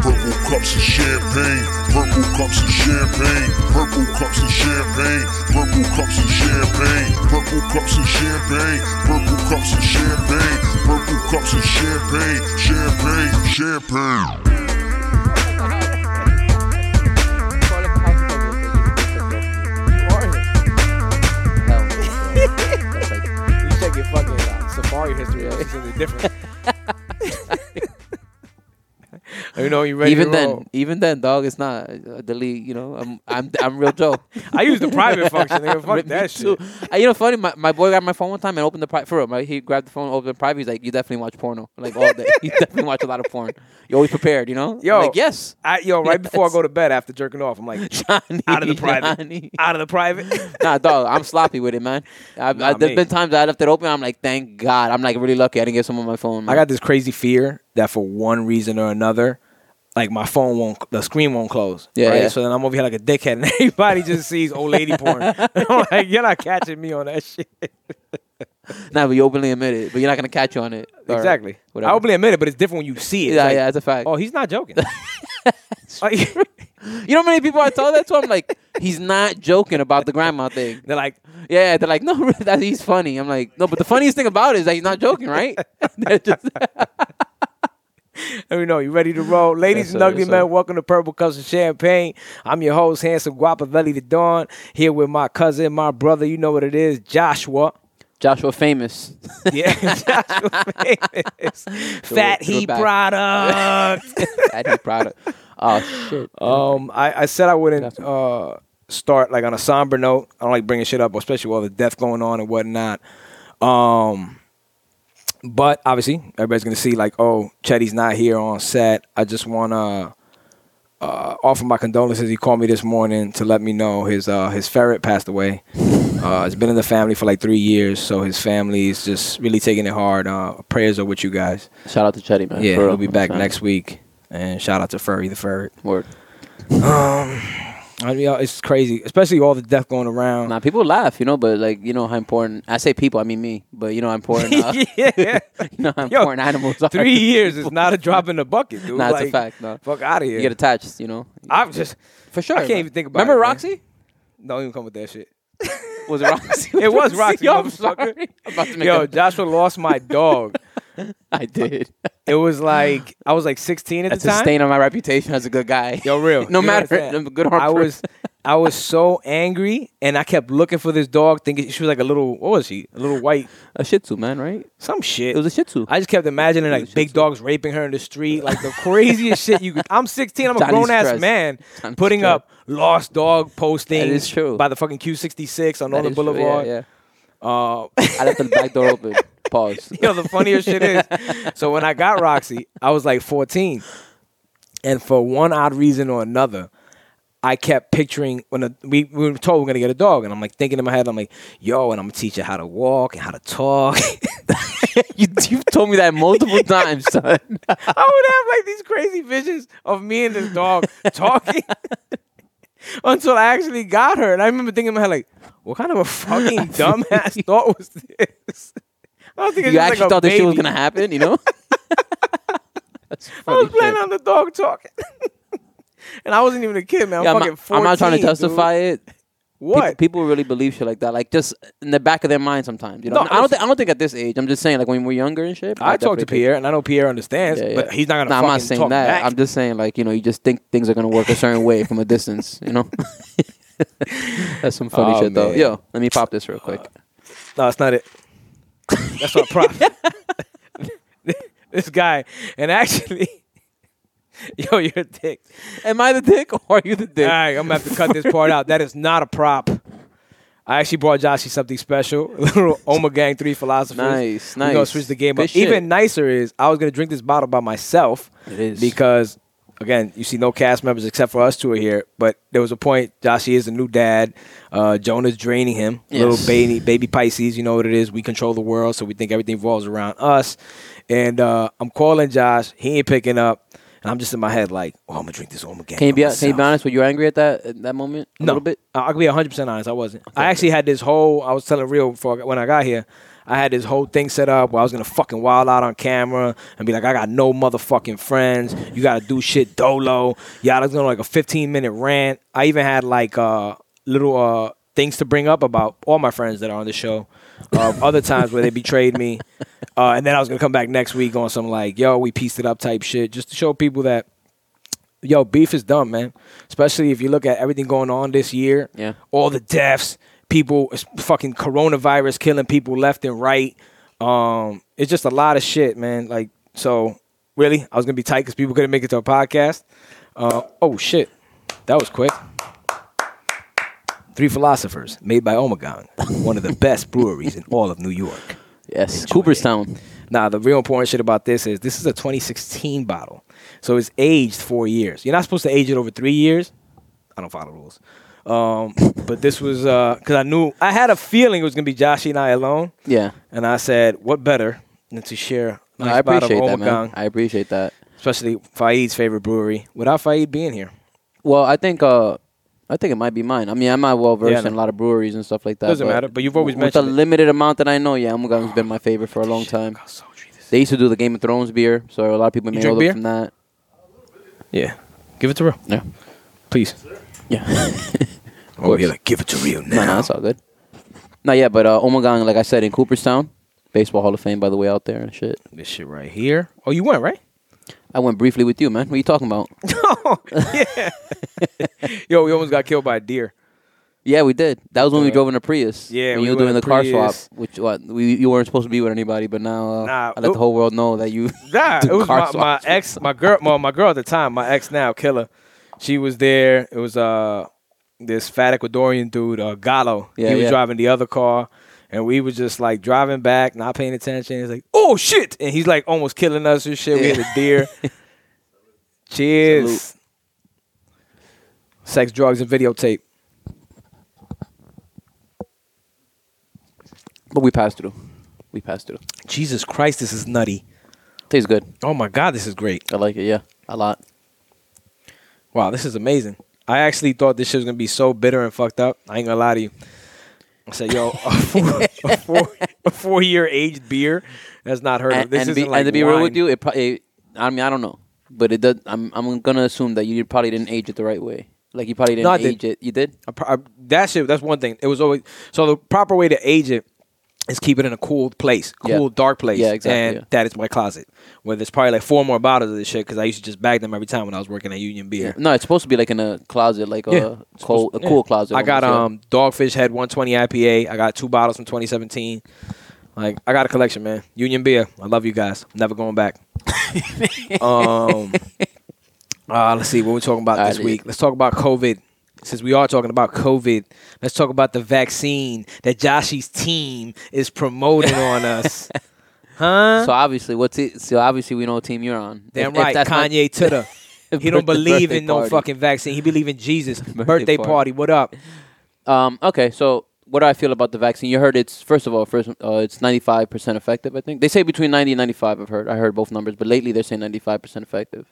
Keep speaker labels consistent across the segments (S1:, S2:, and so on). S1: cups of champagne, purple cups of champagne, purple cups of champagne, purple cups of champagne, purple cups of champagne, purple cups of champagne, purple cups of champagne, champagne, champagne.
S2: You check your fucking uh, safari history, that's something different. you know, you ready
S3: even
S2: to
S3: then,
S2: roll.
S3: even then, dog, it's not uh, delete. You know, I'm I'm I'm real Joe.
S2: I use the private function. Nigga.
S3: Me
S2: Fuck that
S3: too.
S2: shit.
S3: Uh, you know, funny. My, my boy grabbed my phone one time and opened the pri- for real. Right? He grabbed the phone, opened the private. He's like, "You definitely watch porno, like all day. you definitely watch a lot of porn. You're always prepared, you know." I'm
S2: Yo.
S3: like, yes,
S2: I, yo, right before I
S3: Yes.
S2: go to bed after jerking off, I'm like,
S3: Johnny,
S2: out of the private,
S3: Johnny.
S2: out of the private.
S3: nah, dog, I'm sloppy with it, man. I,
S2: Nah,
S3: I, there's
S2: me.
S3: been times I left it open. I'm like, thank God. I'm like really lucky. I didn't get some on my phone.
S2: I
S3: man.
S2: got this crazy fear that for one reason or another, like my phone won't, the screen won't close.
S3: Yeah,
S2: right?
S3: yeah.
S2: So then I'm over here like a dickhead, and everybody just sees old lady porn. I'm like, you're not catching me on that shit.
S3: nah, but you openly admit it, but you're not gonna catch you on it. Or
S2: exactly.
S3: Whatever.
S2: I openly admit it, but it's different when you see it. It's
S3: yeah, yeah,
S2: like,
S3: that's a fact.
S2: Oh, he's not joking. Like,
S3: You know how many people I told that to? I'm like, he's not joking about the grandma thing.
S2: they're like,
S3: Yeah, they're like, no, that he's funny. I'm like, no, but the funniest thing about it is that he's not joking, right? They're just-
S2: Let me know. You ready to roll? Ladies
S3: Yes,
S2: and
S3: sir,
S2: ugly
S3: yes, sir.
S2: men, welcome to Purple Cups of Champagne. I'm your host, handsome Guapavelli the Dawn, here with my cousin, my brother, you know what it is, Joshua.
S3: Joshua famous.
S2: Yeah, Joshua famous. Fat
S3: throw it
S2: Heat
S3: back.
S2: product.
S3: I'd be proud of. Oh shit.
S2: um, I, I said I wouldn't uh, start like on a somber note. I don't like bringing shit up, especially with all the death going on and whatnot. Um, but obviously, everybody's gonna see like, oh, Chetty's not here on set. I just wanna uh, offer my condolences. He called me this morning to let me know his uh, his ferret passed away. Uh, it's been in the family for like three years, so his family is just really taking it hard. Uh, prayers are with you guys.
S3: Shout out to Chetty, man.
S2: Yeah,
S3: for real.
S2: he'll be back
S3: Sorry.
S2: next week. And shout out to Furry the ferret.
S3: Word.
S2: Um, I mean, uh, it's crazy, especially all the death going around.
S3: Nah, people laugh, you know, but like, you know how important. I say people, I mean me, but you know how important. Uh,
S2: yeah,
S3: you know how
S2: Yo,
S3: important animals are.
S2: three years is not a drop in the bucket, dude.
S3: Nah, it's a
S2: Like,
S3: fact, no.
S2: Fuck out of here.
S3: You get attached, you know.
S2: I'm just
S3: For sure.
S2: I can't
S3: man.
S2: even think about
S3: Remember
S2: it, man.
S3: Roxy?
S2: don't even come with that shit.
S3: Was it Roxy?
S2: It was Roxy,
S3: Yo, I'm
S2: motherfucker.
S3: sorry. I'm about to make
S2: Yo,
S3: a-
S2: Joshua lost my dog.
S3: I did.
S2: It was like I was like 16 at
S3: That's
S2: the
S3: a
S2: time.
S3: stain on my reputation as a good guy.
S2: Yo, real.
S3: No
S2: You
S3: matter-
S2: understand.
S3: I'm a good
S2: I
S3: hard
S2: was, I was so angry, and I kept looking for this dog, thinking she was like a little. What was she? A little white,
S3: a Shih Tzu, man, right?
S2: some shit.
S3: It was a Shih Tzu.
S2: I just kept imagining
S3: was
S2: like
S3: shit
S2: big dogs raping her in the street, like the craziest shit you could. I'm 16, I'm a
S3: Johnny's
S2: grown ass
S3: stressed.
S2: man,
S3: Johnny's
S2: putting up lost dog postings.
S3: That is true.
S2: By the fucking Q66 on all the
S3: That is true, yeah,
S2: boulevard.
S3: yeah.
S2: Uh,
S3: I left the back door open. Pause.
S2: you know the funniest shit is. So when I got Roxy, I was like 14, and for one odd reason or another. I kept picturing when a, we, we were told we are gonna get a dog, and I'm like thinking in my head, I'm like, "Yo," and I'm gonna teach her how to walk and how to talk.
S3: you, you've told me that multiple times, son.
S2: I would have like these crazy visions of me and this dog talking until I actually got her. And I remember thinking in my head, like, what kind of a fucking dumbass thought was this? I don't think it's
S3: You
S2: just
S3: actually
S2: like a
S3: thought this shit was
S2: baby.
S3: going to happen, you know? That's
S2: I was
S3: funny shit.
S2: playing on the dog talking. and I wasn't even a kid, man. I'm
S3: Yeah, I'm,
S2: fucking
S3: not, I'm not trying
S2: 14,
S3: to
S2: dude.
S3: justify it. Peop-
S2: What?
S3: People, really believe shit like that, like just in the back of their mind sometimes. You
S2: No,
S3: know, I don't
S2: listen.
S3: think I don't think at this age. I'm just saying, like when we're younger and shit.
S2: I talked to
S3: definitely
S2: Pierre, and I know Pierre understands,
S3: Yeah, yeah.
S2: but he's not gonna
S3: Nah,
S2: fucking
S3: I'm not saying
S2: talk
S3: that.
S2: back.
S3: I'm just saying like you know you just think things are gonna work a certain way from a distance. You know. That's some funny
S2: Oh,
S3: shit though.
S2: man.
S3: Yo, let me pop this real quick.
S2: Uh, No, that's not it. That's not prop. this guy, and actually, yo, you're a dick.
S3: Am I the dick or are you the dick?
S2: All right, I'm gonna have to cut this part out. That is not a prop. I actually brought Joshy something special, a little Oma Gang Three philosophers.
S3: Nice,
S2: We're gonna
S3: nice.
S2: switch the game
S3: Good
S2: up.
S3: shit.
S2: Even nicer is I was gonna drink this bottle by myself.
S3: It is.
S2: because again, you see no cast members except for us two are here. But there was a point. Joshy is a new dad. Uh, Jonah's draining him. Little
S3: Yes.
S2: baby, baby Pisces. You know what it is. We control the world, so we think everything revolves around us. And uh, I'm calling Josh. He ain't picking up. And I'm just in my head like, oh, I'm gonna drink this Oma Gang.
S3: Can you be
S2: by
S3: can you
S2: myself.
S3: be honest? Were you angry at that at that moment? A little bit.
S2: I- I'll be 100% honest. I wasn't. I actually had this whole, I was telling Real before I got- when I got here, I had this whole thing set up where I was gonna fucking wild out on camera and be like, I got no motherfucking friends. You gotta do shit dolo. Yeah, I was gonna like a 15 minute rant. I even had like uh little uh things to bring up about all my friends that are on the show. Uh, other times where they betrayed me, uh, and then I was gonna come back next week on some like, yo, we pieced it up type shit, just to show people that yo, beef is dumb, man. Especially if you look at everything going on this year.
S3: Yeah.
S2: All the deaths, people, it's fucking coronavirus killing people left and right. Um, it's just a lot of shit, man. Like, so really, I was gonna be tight because people couldn't make it to a podcast. Uh, oh shit, that was quick. Three philosophers made by Omegang, one of the best breweries in all of New York.
S3: Yes, Cooperstown.
S2: Nah, the real important shit about this is this is a 2016 bottle. So it's aged four years. You're not supposed to age it over three years. I don't follow rules. Um, but this was because I knew I had a feeling it was gonna be Joshi and I alone,
S3: Yeah,
S2: and I said, "What better than to share a
S3: No,
S2: nice
S3: I
S2: bottle
S3: appreciate that,
S2: of
S3: man.
S2: Omagong,
S3: I appreciate that.
S2: especially Faid's favorite brewery, without Faid being here."
S3: Well, I think uh, I think it might be mine. I mean, I'm not well versed
S2: Yeah, no.
S3: in a lot of breweries and stuff like that.
S2: Doesn't matter, but you've always
S3: with
S2: mentioned it.
S3: the limited amount that I know. Yeah, Amugang's been my favorite for a long time. They used to do the Game of Thrones beer, so a lot of people made
S2: drink
S3: older
S2: beer?
S3: from that.
S2: Yeah, give it to real,
S3: Yeah,
S2: please.
S3: yeah.
S2: Oh, you're like, give it to real now.
S3: No, no, that's all good. No, yeah, but uh, Omegang, like I said, in Cooperstown, baseball Hall of Fame, by the way, out there and shit.
S2: This shit right here. Oh, you went right.
S3: I went briefly with you, man. What are you talking about?
S2: Yo, we almost got killed by a deer.
S3: yeah, we did. That was when we
S2: Uh,
S3: drove in a Prius.
S2: yeah,
S3: when
S2: we
S3: you
S2: were
S3: were
S2: in
S3: doing
S2: a
S3: the car swap,
S2: Prius.
S3: which what we you weren't supposed to be with anybody, but now uh,
S2: Nah,
S3: I let
S2: it-
S3: the whole world know that you.
S2: Nah,
S3: do
S2: it was
S3: car
S2: my, my
S3: swaps.
S2: ex, my girl, well, my girl at the time, my ex now, Killer. She was there. It was uh this fat Ecuadorian dude, uh, Gallo.
S3: Yeah,
S2: he was
S3: yeah.
S2: driving the other car, and we was just like driving back, not paying attention. He's like, "Oh shit!" and he's like almost killing us and shit. We
S3: Yeah.
S2: hit a deer. Cheers.
S3: Salute.
S2: Sex, drugs, and videotape.
S3: But we passed through. We passed through.
S2: Jesus Christ, this is nutty.
S3: Tastes good.
S2: Oh my God, this is great.
S3: I like it. Yeah, a lot.
S2: Wow, this is amazing. I actually thought this shit was gonna be so bitter and fucked up. I ain't gonna lie to you. I said, yo, a four, a four, a four year aged beer. That's not heard of.
S3: And,
S2: This
S3: and,
S2: isn't
S3: be,
S2: like
S3: and to be real with
S2: wine.
S3: you, it probably. I mean, I don't know, but it does. I'm I'm gonna assume that you probably didn't age it the right way. Like you probably didn't
S2: No, I
S3: age
S2: did.
S3: it. You did.
S2: I pro- I- that shit. That's one thing. It was always so the proper way to age it is keep it in a cool place,
S3: Yeah.
S2: cool dark place.
S3: Yeah, exactly,
S2: And
S3: yeah.
S2: that is my closet, where there's probably like four more bottles of this shit because I used to just bag them every time when I was working at Union Beer.
S3: No, it's supposed to be like in a closet, like
S2: Yeah.
S3: a cold, a cool
S2: Yeah.
S3: closet.
S2: I got
S3: almost, yeah.
S2: um Dogfish Head 120 IPA. I got two bottles from 2017. Like I got a collection, man. Union Beer. I love you guys. I'm never going back. um, uh, let's see what we're talking about
S3: All
S2: this
S3: right.
S2: week. Let's talk about COVID. Since we are talking about COVID, let's talk about the vaccine that Joshy's team is promoting on us. Huh?
S3: So obviously, what's it? So obviously, we know what team you're on.
S2: Damn
S3: If- if
S2: right,
S3: that's not-
S2: Kanye to the. He don't
S3: Birthday-
S2: believe
S3: birthday
S2: in no
S3: party.
S2: fucking vaccine. He believe in Jesus. Birthday,
S3: party.
S2: party. What up?
S3: Um. Okay. So what do I feel about the vaccine? You heard it's first of all, first uh, it's 95 percent effective. I think they say between 90 and 95. I've heard. I heard both numbers, but lately they're saying 95 percent effective.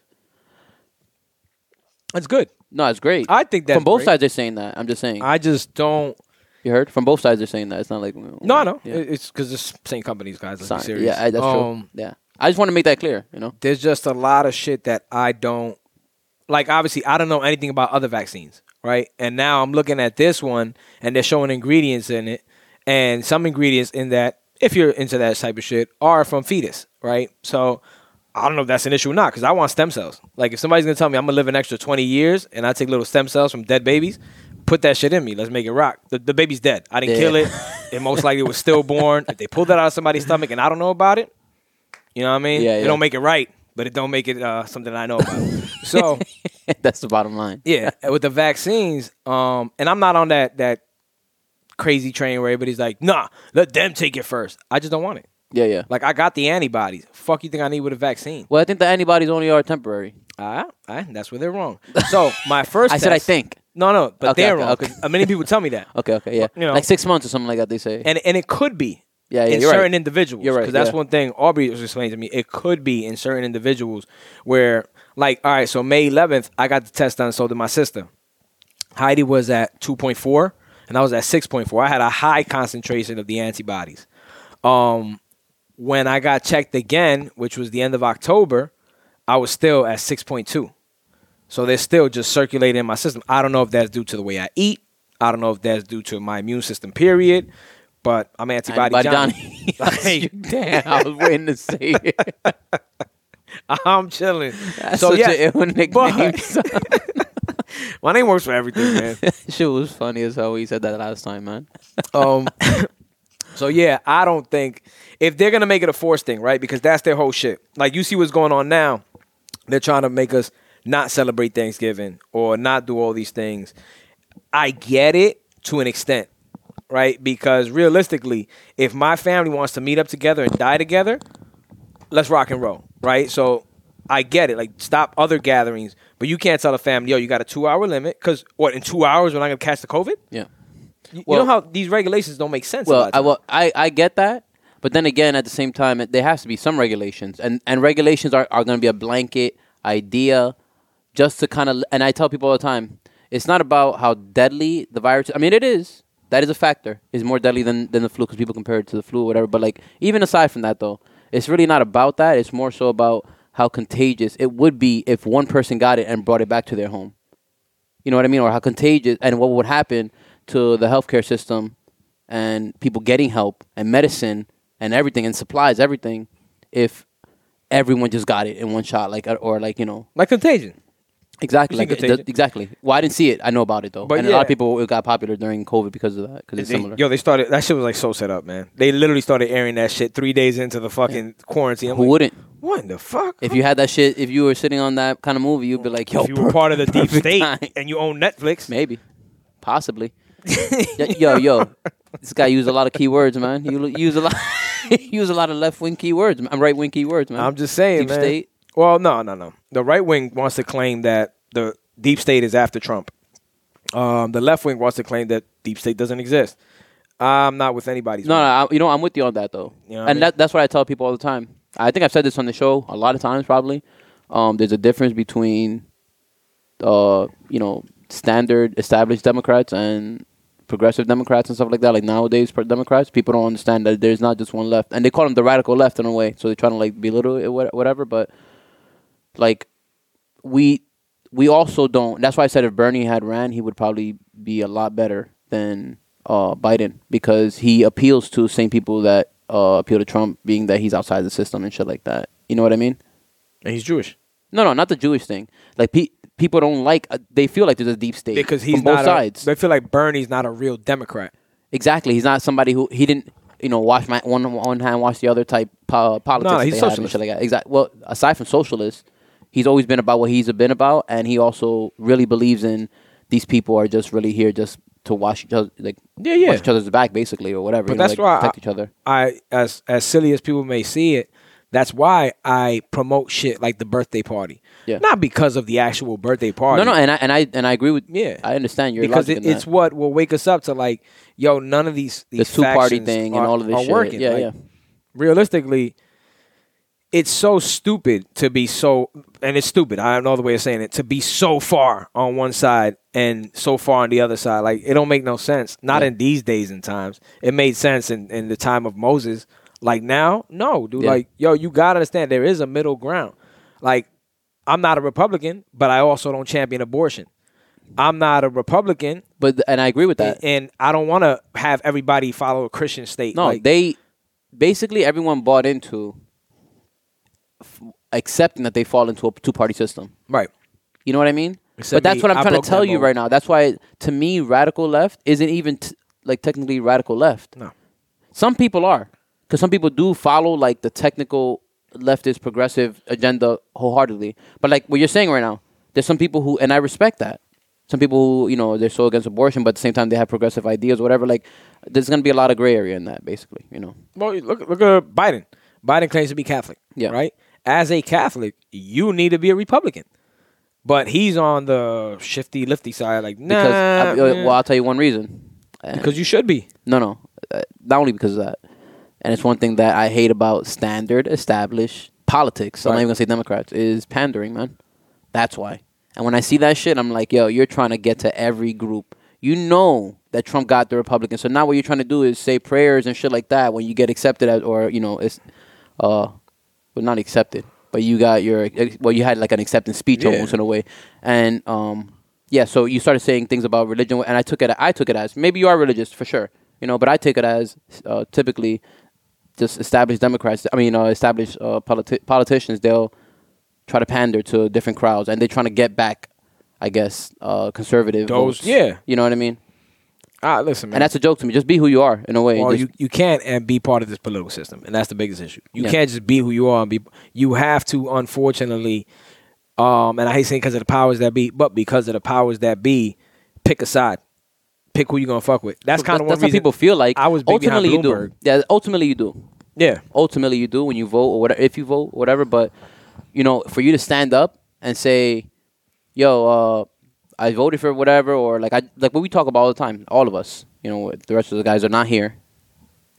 S2: That's good.
S3: No, it's great.
S2: I think that's
S3: from both
S2: great.
S3: sides they're saying that. I'm just saying.
S2: I just don't.
S3: you heard from both sides they're saying that. It's not like mm,
S2: No, no.
S3: Yeah.
S2: It- It's because it's same companies, guys. Let's
S3: Sign-
S2: be serious.
S3: yeah, I, that's
S2: Um,
S3: true. Yeah, I just want to make that clear. You know.
S2: There's just a lot of shit that I don't like. Obviously, I don't know anything about other vaccines, right? And now I'm looking at this one, and they're showing ingredients in it, and some ingredients in that, if you're into that type of shit, are from fetus, right? So. I don't know if that's an issue or not because I want stem cells. Like, if somebody's gonna tell me I'm gonna live an extra 20 years and I take little stem cells from dead babies, put that shit in me. Let's make it rock. The, the baby's dead. I didn't
S3: Yeah.
S2: kill it. It most likely was stillborn. if they pulled that out of somebody's stomach and I don't know about it, you know what I mean?
S3: Yeah,
S2: It
S3: yeah.
S2: don't make it right, but it don't make it uh, something I know about. so
S3: that's the bottom line.
S2: yeah, with the vaccines, um, and I'm not on that that crazy train where everybody's like, nah, let them take it first. I just don't want it.
S3: Yeah. Yeah.
S2: Like I got the antibodies. Fuck you think I need with a vaccine?
S3: Well, I think the antibodies only are temporary.
S2: Ah, ah, that's where they're wrong. So my first
S3: I said I
S2: test-
S3: think.
S2: No, no, but
S3: Okay,
S2: they're
S3: okay,
S2: wrong.
S3: okay.
S2: 'cause, uh, many people tell me that.
S3: Okay, okay, yeah.
S2: You know.
S3: Like six months or something like that, they say.
S2: and and it could be
S3: Yeah, yeah,
S2: in
S3: you're right.
S2: certain individuals.
S3: You're right,
S2: Because that's
S3: yeah.
S2: one thing Aubrey was explaining to me. It could be in certain individuals where, like, all right, so May 11th, I got the test done. So did my sister. Heidi was at 2.4, and I was at 6.4. I had a high concentration of the antibodies. Um, when I got checked again, which was the end of October, I was still at 6.2. So they're still just circulating in my system. I don't know if that's due to the way I eat. I don't know if that's due to my immune system, period. But I'm antibody,
S3: Antibody
S2: Johnny.
S3: Johnny. Damn, I was waiting to say it.
S2: Like, I'm chilling.
S3: That's
S2: so
S3: such
S2: yeah,
S3: an ill nickname.
S2: but-
S3: son.
S2: my name works for everything, man.
S3: Shit was funny as hell. when You said that last time, man.
S2: Um, so yeah, I don't think if they're gonna make it a force thing, right? Because that's their whole shit. Like you see what's going on now. They're trying to make us not celebrate Thanksgiving or not do all these things. I get it to an extent, right? Because realistically, if my family wants to meet up together and die together, let's rock and roll, right? So I get it. Like stop other gatherings, but you can't tell a family, yo, you got a two hour limit because what in two hours we're not gonna catch the COVID.
S3: Yeah.
S2: You,
S3: Well-
S2: you know how these regulations don't make sense.
S3: Well,
S2: about
S3: I, well I, I get that. But then again, at the same time, it- there has to be some regulations. And, and regulations are, are going to be a blanket idea just to kind of. And I tell people all the time it's not about how deadly the virus I mean, it is. That is a factor. It's more deadly than, than the flu because people compare it to the flu or whatever. But like, even aside from that, though, it's really not about that. It's more so about how contagious it would be if one person got it and brought it back to their home. You know what I mean? Or how contagious and what would happen to the healthcare system and people getting help and medicine and everything and supplies, everything, if everyone just got it in one shot, like or like you know
S2: like contagion.
S3: exactly,
S2: You've seen
S3: like it-
S2: Contagion?
S3: exactly. Well, I didn't see it. I know about it though,
S2: But
S3: and a lot
S2: yeah.
S3: of people it got popular during COVID because of that because it's
S2: They-
S3: similar.
S2: yo, they started that shit was like so set up, man. They literally started airing that shit three days into the fucking quarantine. I'm
S3: Who
S2: like,
S3: wouldn't?
S2: What in the fuck?
S3: If you had that shit, if you were sitting on that kind of movie, you'd be like, yo,
S2: if you were part of the deep
S3: perfect
S2: state
S3: time.
S2: and you own Netflix,
S3: Maybe, possibly. yo, yo, yo, this guy used a lot of keywords, man. You use a lot, use a lot of left wing keywords. I'm right wing keywords, man.
S2: I'm just saying,
S3: Deep
S2: man.
S3: state.
S2: Well, no, no, no. The right wing wants to claim that the deep state is after Trump. Um, the left wing wants to claim that deep state doesn't exist. I'm not with anybody's.
S3: No,
S2: wing.
S3: no, I, you know I'm with you on that though,
S2: You know what
S3: and
S2: I mean?
S3: that, that's what I tell people all the time. I think I've said this on the show a lot of times, probably. Um, there's a difference between, uh, you know, standard established Democrats and progressive Democrats and stuff like that. Like nowadays, pro- Democrats people don't understand that there's not just one left, and they call them the radical left in a way. So they're trying to like belittle it, wha- whatever. But like, we we also don't. That's why I said if Bernie had ran, he would probably be a lot better than uh, Biden because he appeals to same people that uh, appeal to Trump, being that he's outside the system and shit like that. You know what I mean?
S2: and he's Jewish
S3: No, no, not the Jewish thing. Like pe- people don't like. Uh, they feel like there's a deep state
S2: because he's
S3: from both
S2: not. a-
S3: sides.
S2: they feel like Bernie's not a real Democrat.
S3: exactly. He's not somebody who he didn't. You know, wash my one one hand, wash the other type po- politics.
S2: No,
S3: that
S2: he's
S3: they have and
S2: socialist.
S3: shit like that. Exactly. Well, aside from socialist, he's always been about what he's been about, and he also really believes in these people are just really here just to wash each other, like
S2: Yeah, yeah.
S3: wash each other's back basically or whatever.
S2: But
S3: you know,
S2: that's
S3: like,
S2: why
S3: protect
S2: I-
S3: each other.
S2: I as as silly as people may see it, that's why I promote shit like the birthday party.
S3: Yeah.
S2: Not because of the actual birthday party.
S3: No, no, and I and I and I agree with.
S2: Yeah.
S3: I understand your
S2: because
S3: logic
S2: it,
S3: in
S2: it's
S3: that.
S2: what will wake us up to like, yo, none of these these
S3: two party
S2: factions
S3: thing
S2: are-
S3: and all of this
S2: are
S3: shit.
S2: working.
S3: Yeah,
S2: Like,
S3: yeah.
S2: Realistically, it's so stupid to be so, and it's stupid. I have no other way of saying it. To be so far on one side and so far on the other side, like it don't make no sense. Not
S3: Yeah.
S2: in these days and times. It made sense in in the time of Moses. Like now, no, dude.
S3: Yeah.
S2: Like yo, you gotta understand there is a middle ground. Like I'm not a Republican, but I also don't champion abortion. I'm not a Republican,
S3: but th- and I agree with that.
S2: and I don't want to have everybody follow a Christian state.
S3: No,
S2: like,
S3: they basically everyone bought into f- accepting that they fall into a two party system.
S2: right.
S3: You know what I mean?
S2: Except
S3: but that's
S2: me,
S3: what I'm
S2: I
S3: trying
S2: broke
S3: to
S2: that
S3: tell you
S2: mold.
S3: right now. That's why to me radical left isn't even t- like technically radical left.
S2: No.
S3: Some people are cuz some people do follow like the technical leftist progressive agenda wholeheartedly. But like what you're saying right now, there's some people who and I respect that. Some people who, you know, they're so against abortion but at the same time they have progressive ideas whatever like there's going to be a lot of gray area in that basically, you know.
S2: Well, look look at Biden. Biden claims to be Catholic.
S3: Yeah.
S2: Right. As a Catholic, you need to be a Republican. But he's on the shifty lifty side. Like nah,
S3: Because I, uh,
S2: man.
S3: well, I'll tell you one reason. And-
S2: because you should be.
S3: no, no, uh, not only because of that, and it's one thing that I hate about standard established politics. I'm
S2: Right.
S3: not even gonna say Democrats is pandering, man. That's why. And when I see that shit, I'm like, yo, you're trying to get to every group. You know that Trump got the Republicans. So now what you're trying to do is say prayers and shit like that when you get accepted as, or you know, it's, uh, well, not accepted, but you got your, well, you had like an acceptance speech
S2: Yeah.
S3: almost in a way, and um, yeah. So you started saying things about religion, and I took it, I took it as maybe you are religious for sure, you know, but I take it as uh, typically just established Democrats. I mean, uh, established uh, politi- politicians. They'll try to pander to different crowds, and they're trying to get back, I guess, uh, conservative.
S2: Those-
S3: votes.
S2: yeah.
S3: you know what I mean.
S2: Ah, listen, man.
S3: And that's a joke to me. Just be who you are in a way.
S2: Well,
S3: Just-
S2: you, you can't and be part of this political system, and that's the biggest issue. You
S3: Yeah.
S2: can't just be who you are. And be you have to, unfortunately, um, and I hate saying because of the powers that be, but because of the powers that be, pick a side, pick who you are gonna fuck with. That's
S3: so
S2: kind of one
S3: that's how
S2: reason
S3: people feel like.
S2: I was big behind
S3: ultimately you
S2: Bloomberg.
S3: do. Yeah, ultimately you do.
S2: Yeah,
S3: Ultimately you do when you vote or whatever. If you vote, whatever. But you know, for you to stand up and say, "Yo, uh, I voted for whatever," or like I like what we talk about all the time. All of us. You know, the rest of the guys are not here.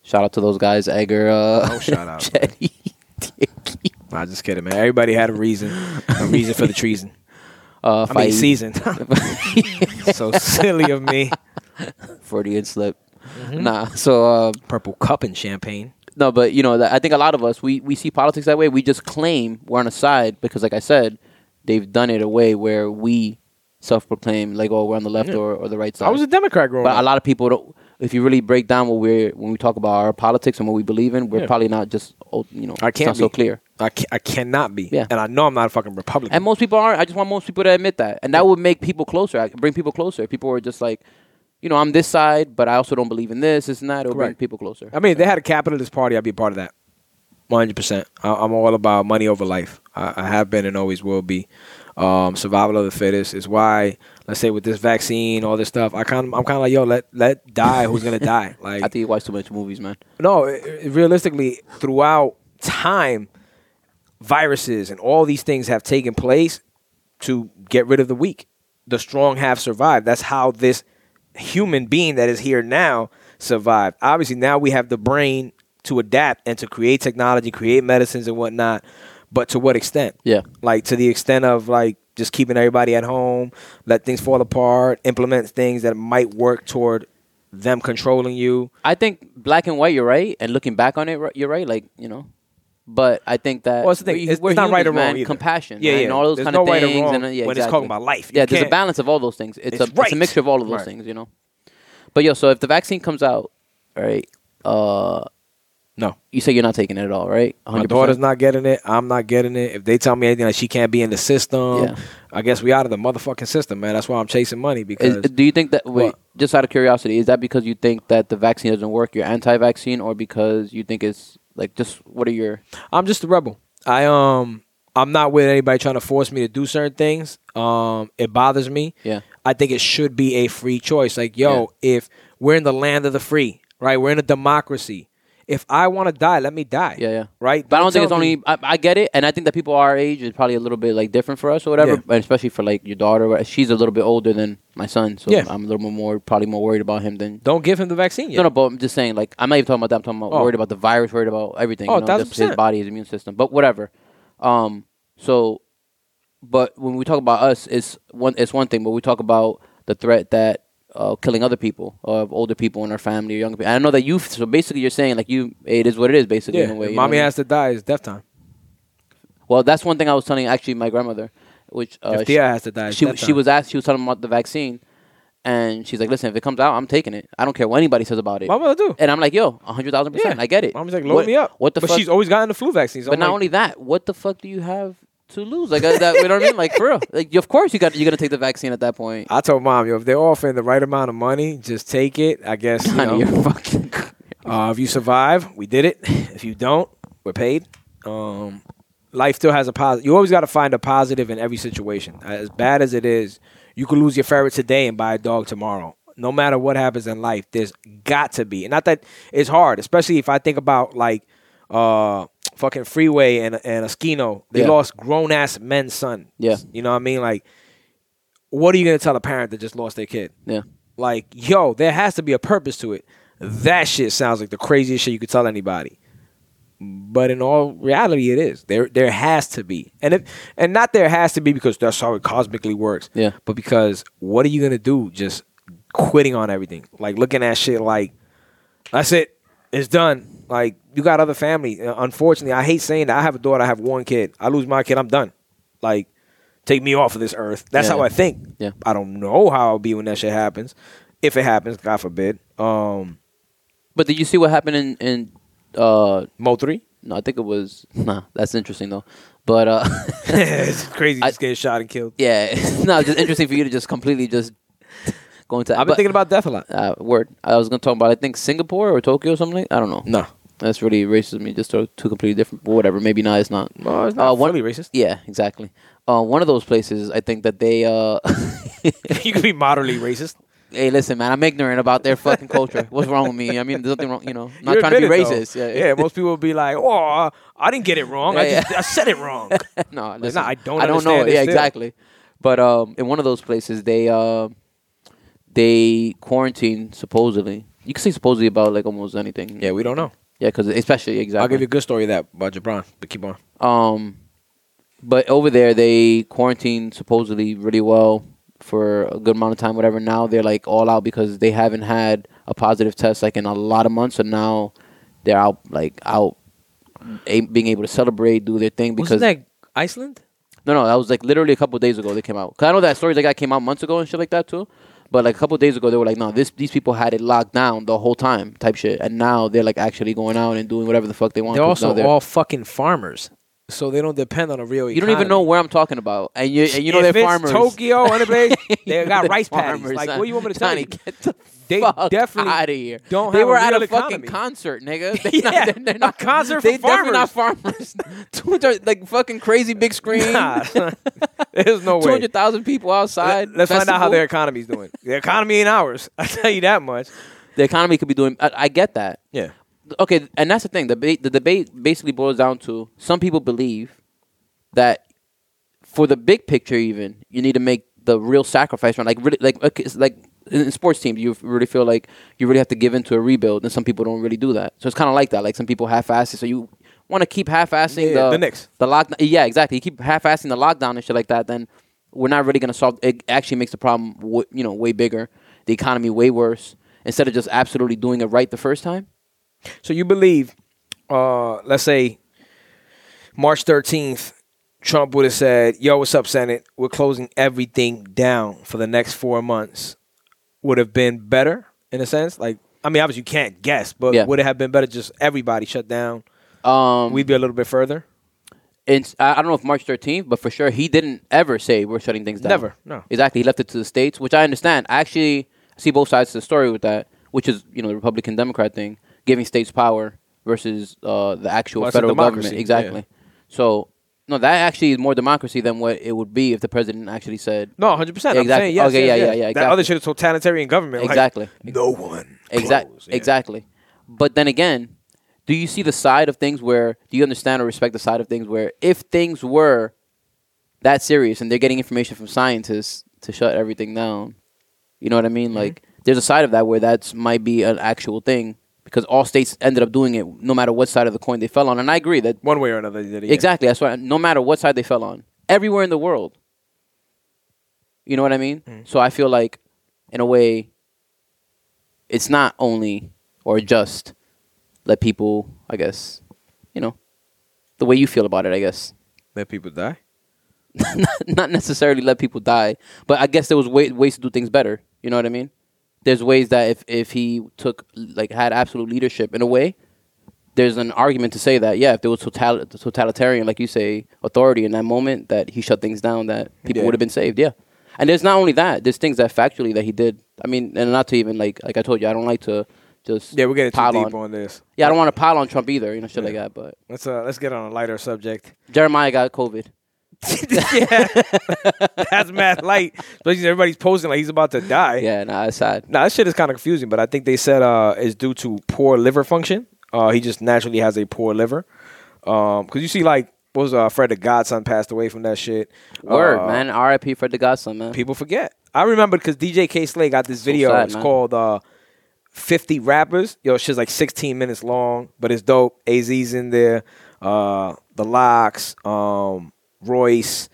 S3: Shout out to those guys, Edgar. Uh,
S2: No shout out.
S3: Chetty.
S2: nah, just kidding, man. Everybody had a reason, a reason for the treason.
S3: uh,
S2: I mean,
S3: Faiz.
S2: season. so silly of me.
S3: Freudian slip. Nah. So uh,
S2: Purple cup and champagne.
S3: no, but you know, that- I think a lot of us we we see politics that way. We just claim we're on a side because, like I said, they've done it a way where we self-proclaim like, oh, we're on the left or, or the right side.
S2: I was a Democrat growing
S3: but
S2: up.
S3: a lot of people don't. If you really break down what we're when we talk about our politics and what we believe in, we're
S2: Yeah.
S3: probably not just oh, you know
S2: I
S3: it's
S2: can't
S3: not so
S2: be.
S3: clear.
S2: I, ca- I cannot be,
S3: Yeah.
S2: and I know I'm not a fucking Republican.
S3: And most people aren't. I just want most people to admit that, and that would make people closer. I bring people closer. People are just like, you know, I'm this side, but I also don't believe in this, this and that. It would bring
S2: Correct.
S3: people closer.
S2: I mean, if they had a capitalist party, I'd be a part of that. 100%. I, I'm all about money over life. I, I have been and always will be. Um, survival of the fittest is why, let's say with this vaccine, all this stuff, I kind of, I'm kind of like, yo, let let die who's gonna die. Like,
S3: I think you watch too much movies, man.
S2: no, it, it- realistically, throughout time, viruses and all these things have taken place to get rid of the weak. The strong have survived. That's how this human being that is here now survived. Obviously, now we have the brain to adapt and to create technology, create medicines and whatnot. But to what extent?
S3: Yeah.
S2: like to the extent of like just keeping everybody at home, let things fall apart, implement things that might work toward them controlling you.
S3: I think black and white, you're right. And looking back on it, ri- you're right. Like, you know. But I think that
S2: Well, that's the thing.
S3: we're-
S2: It's-
S3: we're
S2: it's not right
S3: humans,
S2: or wrong
S3: man.
S2: either.
S3: Compassion,
S2: Yeah,
S3: right?
S2: yeah.
S3: and all those
S2: There's
S3: kind
S2: no
S3: of
S2: right or
S3: things. and, uh,
S2: wrong
S3: yeah,
S2: when it's
S3: exactly.
S2: talking about life. You
S3: Yeah, there's a
S2: can't-
S3: balance of all those things. It's,
S2: It's
S3: a it's
S2: right.
S3: a mixture of all of those
S2: Right.
S3: things, you know. But yo, so if the vaccine comes out, right? Uh,
S2: No,
S3: you say you're not taking it at all, right?
S2: my
S3: 100%?
S2: daughter's not getting it. I'm not getting it. If they tell me anything that she can't be in the system,
S3: Yeah.
S2: I guess we out of the motherfucking system, man. That's why I'm chasing money
S3: Is,
S2: because
S3: do you think that? Wait,
S2: What?
S3: just out of curiosity, is that because you think that the vaccine doesn't work? You're anti-vaccine, or because you think it's like just what are your?
S2: I'm just a rebel. I um I'm not with anybody trying to force me to do certain things. Um it bothers me.
S3: Yeah.
S2: I think it should be a free choice. Like, yo, if we're in the land of the free, right? We're in a democracy. If I want to die, let me die.
S3: Yeah, yeah.
S2: Right?
S3: But I don't think it's
S2: tell me-
S3: only. I, I get it, and I think that people our age is probably a little bit like different for us or whatever,
S2: Yeah.
S3: and especially for like your daughter. where She's a little bit older than my son, so
S2: Yeah.
S3: I'm a little bit more probably more worried about him than.
S2: Don't give him the vaccine yet.
S3: No, no, but I'm just saying. Like, I'm not even talking about that. I'm talking about
S2: Oh.
S3: worried about the virus, worried about everything.
S2: Oh,
S3: you know,
S2: thousand
S3: just his
S2: percent.
S3: body, his immune system, but whatever. Um, so, but when we talk about us, it's one. It's one thing, but we talk about the threat that uh, killing other people, of older people in our family, or younger people. And I know that you. So basically, you're saying like you. It is what it is, basically.
S2: yeah.
S3: in a way,
S2: if
S3: you know what
S2: mommy
S3: I mean? Uh,
S2: has to die, it's death time.
S3: Well, that's one thing I was telling actually my grandmother, which uh,
S2: if Thea has to die, it's
S3: she,
S2: death
S3: she
S2: time.
S3: was asked, she was telling about the vaccine, and she's like, "Listen, if it comes out, I'm taking it. I don't care what anybody says about it."
S2: My mother do.
S3: And I'm like, "Yo, hundred thousand percent. I get it."
S2: Mom's like, load
S3: What-
S2: me up.
S3: What the
S2: but
S3: fuck?
S2: she's always gotten the flu vaccines.
S3: but not only that, what the fuck do you have to lose? Like uh, that, you know what I mean? Like for real, like of course you got you're gonna take the vaccine at that point.
S2: I told mom, yo, if they're offering the right amount of money, just take it. I guess you
S3: Honey,
S2: know,
S3: you're fucking.
S2: Uh, if you survive, we did it. If you don't, we're paid. Um, life still has a positive. You always got to find a positive in every situation. As bad as it is, you could lose your ferret today and buy a dog tomorrow. No matter what happens in life, there's got to be. And not that it's hard, especially if I think about like uh, fucking Freeway and and Esquino. They
S3: Yeah.
S2: lost grown ass men's son.
S3: Yeah.
S2: you know what I mean. Like, what are you gonna tell a parent that just lost their kid?
S3: Yeah.
S2: Like, yo, there has to be a purpose to it. That shit sounds like the craziest shit you could tell anybody. But in all reality, it is. There there has to be. And if and not there has to be because that's how it cosmically works.
S3: Yeah.
S2: But because what are you gonna do? Just quitting on everything, like looking at shit like that's it, it's done. Like you got other family. Uh, Unfortunately, I hate saying that. I have a daughter. I have one kid. I lose my kid. I'm done. Like take me off of this earth. That's
S3: Yeah.
S2: how I think.
S3: Yeah.
S2: I don't know how I'll be when that shit happens, if it happens. God forbid. Um,
S3: But did you see what happened in in uh
S2: Mo three.
S3: no, I think it was nah, that's interesting though. But uh
S2: it's crazy.
S3: I-
S2: Just getting shot and killed.
S3: yeah, it's not just interesting for you to just completely just go into
S2: I've been
S3: but-
S2: thinking about death a lot.
S3: uh, word. I was gonna talk about I think Singapore or Tokyo or something. Like, I don't know.
S2: No.
S3: That's really racist. Me just two completely different. But whatever. Maybe not. It's not.
S2: No, it's not
S3: Uh, one-
S2: fully racist.
S3: Yeah, exactly. Uh, one of those places, I think that they. Uh,
S2: you can be moderately racist.
S3: hey, listen, man, I'm ignorant about their fucking culture. What's wrong with me? I mean, there's nothing wrong. You know, not
S2: You
S3: trying to be
S2: admit it, though.
S3: racist.
S2: Yeah, most people would be like, "Oh, I didn't get it wrong. I
S3: Yeah,
S2: just I said it wrong."
S3: no,
S2: Like,
S3: listen,
S2: nah, I don't
S3: I don't know.
S2: understand
S3: it.
S2: this
S3: Yeah,
S2: still.
S3: exactly. But um, in one of those places, they uh, they quarantine supposedly. You can say supposedly about like almost anything.
S2: we don't know.
S3: yeah, because especially exactly.
S2: I'll give you a good story of that about Jabron, but keep on.
S3: Um, but over there, they quarantine supposedly really well for a good amount of time, whatever. Now they're like all out because they haven't had a positive test like in a lot of months. So now they're out, like out, a- being able to celebrate, do their thing. Because
S2: Iceland?
S3: no, no, that was like literally a couple days ago they came out. Cause I know that story that guy came out months ago and shit like that too. But like a couple days ago, they were like, "No, this these people had it locked down the whole time," type shit. And now they're like actually going out and doing whatever the fuck they want.
S2: They're
S3: 'cause now
S2: also all fucking farmers, so they don't depend on a real.
S3: You don't even know where I'm talking about, and you and you know
S2: if
S3: they're
S2: it's
S3: farmers.
S2: Tokyo, any place they
S3: You know
S2: got
S3: they're
S2: rice
S3: farmers,
S2: paddies. Like,
S3: son.
S2: what you want me to tell
S3: Johnny,
S2: you?
S3: Get the
S2: They
S3: fuck
S2: definitely
S3: out of here.
S2: don't
S3: they
S2: have
S3: were
S2: a
S3: at
S2: real
S3: a fucking
S2: economy.
S3: concert, nigga. They're
S2: Yeah,
S3: not, they're, they're
S2: a
S3: not
S2: concert for
S3: They definitely not farmers. Two hundred like fucking crazy big screen.
S2: Nah, there's no
S3: Two
S2: way.
S3: hundred thousand people outside.
S2: Let- Let's find out how
S3: festival.
S2: their economy's doing. Their economy ain't ours. I tell you that much.
S3: the economy could be doing. I, I get that.
S2: Yeah.
S3: Okay, and that's the thing. The debate, the debate basically boils down to some people believe that for the big picture, even you need to make the real sacrifice. Right? Like really, like okay, it's like in in sports teams, you really feel like you really have to give into a rebuild, and some people don't really do that. So it's kind of like that. Like some people half-ass it, so you want to keep half-assing
S2: Yeah,
S3: the
S2: the Knicks.
S3: the lockdown. Yeah, exactly. You keep half-assing the lockdown and shit like that, then we're not really gonna solve. It actually makes the problem, w- you know, way bigger, the economy way worse. Instead of just absolutely doing it right the first time.
S2: So you believe, uh, let's say, March 13th, Trump would have said, Yo, what's up, Senate? We're closing everything down for the next four months. Would have been better in a sense. Like, I mean, obviously you can't guess, but
S3: Yeah.
S2: would it have been better just everybody shut down?
S3: Um,
S2: We'd be a little bit further.
S3: it's, I I don't know if March 13th, but for sure he didn't ever say we're shutting things down.
S2: Never, no.
S3: Exactly. He left it to the states, which I understand. I actually see both sides of the story with that, which is you know the Republican Democrat thing, giving states power versus uh, the actual
S2: Well, it's a
S3: federal government.
S2: democracy,
S3: Exactly. So no, that actually is more democracy than what it would be if the president actually said.
S2: No, 100%. I'm
S3: Exactly.
S2: saying yes,
S3: Okay,
S2: yes,
S3: yeah,
S2: yes.
S3: yeah, yeah,
S2: That other
S3: exactly.
S2: shit is totalitarian government. like,
S3: Exactly.
S2: no one.
S3: Exactly.
S2: close. Yeah.
S3: Exactly. But then again, do you see the side of things where do you understand or respect the side of things where if things were that serious and they're getting information from scientists to shut everything down, you know what I mean?
S2: Mm-hmm.
S3: Like there's a side of that where that's might be an actual thing because all states ended up doing it no matter what side of the coin they fell on. And I agree that
S2: One way or another. they did it, yeah.
S3: Exactly. That's why no matter what side they fell on, everywhere in the world. You know what I mean? So I feel like, in a way, it's not only or just let people, I guess, you know, the way you feel about it, I guess.
S2: Let people die.
S3: not necessarily let people die, but I guess there was way, ways to do things better. You know what I mean? There's ways that if, if he took like had absolute leadership in a way, there's an argument to say that yeah, if there was total, totalitarian like you say authority in that moment that he shut things down that people
S2: Yeah.
S3: would have been saved. Yeah, and there's not only that. There's things that factually that he did. I mean, and not to even like like I told you, I don't like to just
S2: Yeah, we're getting too
S3: pile
S2: deep
S3: on.
S2: on this.
S3: Yeah, I don't want to pile on Trump either. You know, shit like that. But
S2: Let's uh, let's get on a lighter subject.
S3: Jeremiah got COVID.
S2: yeah, that's mad light. Especially everybody's posting like he's about to die.
S3: Yeah, nah, it's sad.
S2: Now that shit is kind of confusing, but I think they said uh, it's due to poor liver function. Uh, he just naturally has a poor liver. Um, cause you see, like, what was uh, Fred the Godson passed away from that shit?
S3: Word,
S2: Uh,
S3: man. R.I.P. Fred the Godson, man.
S2: People forget. I remember because DJ K Slay got this video.
S3: sad,
S2: it's
S3: man.
S2: called uh, 50 Rappers. Yo, shit's like 16 minutes long, but it's dope. AZ's in there, uh, The Locks, um, Royce,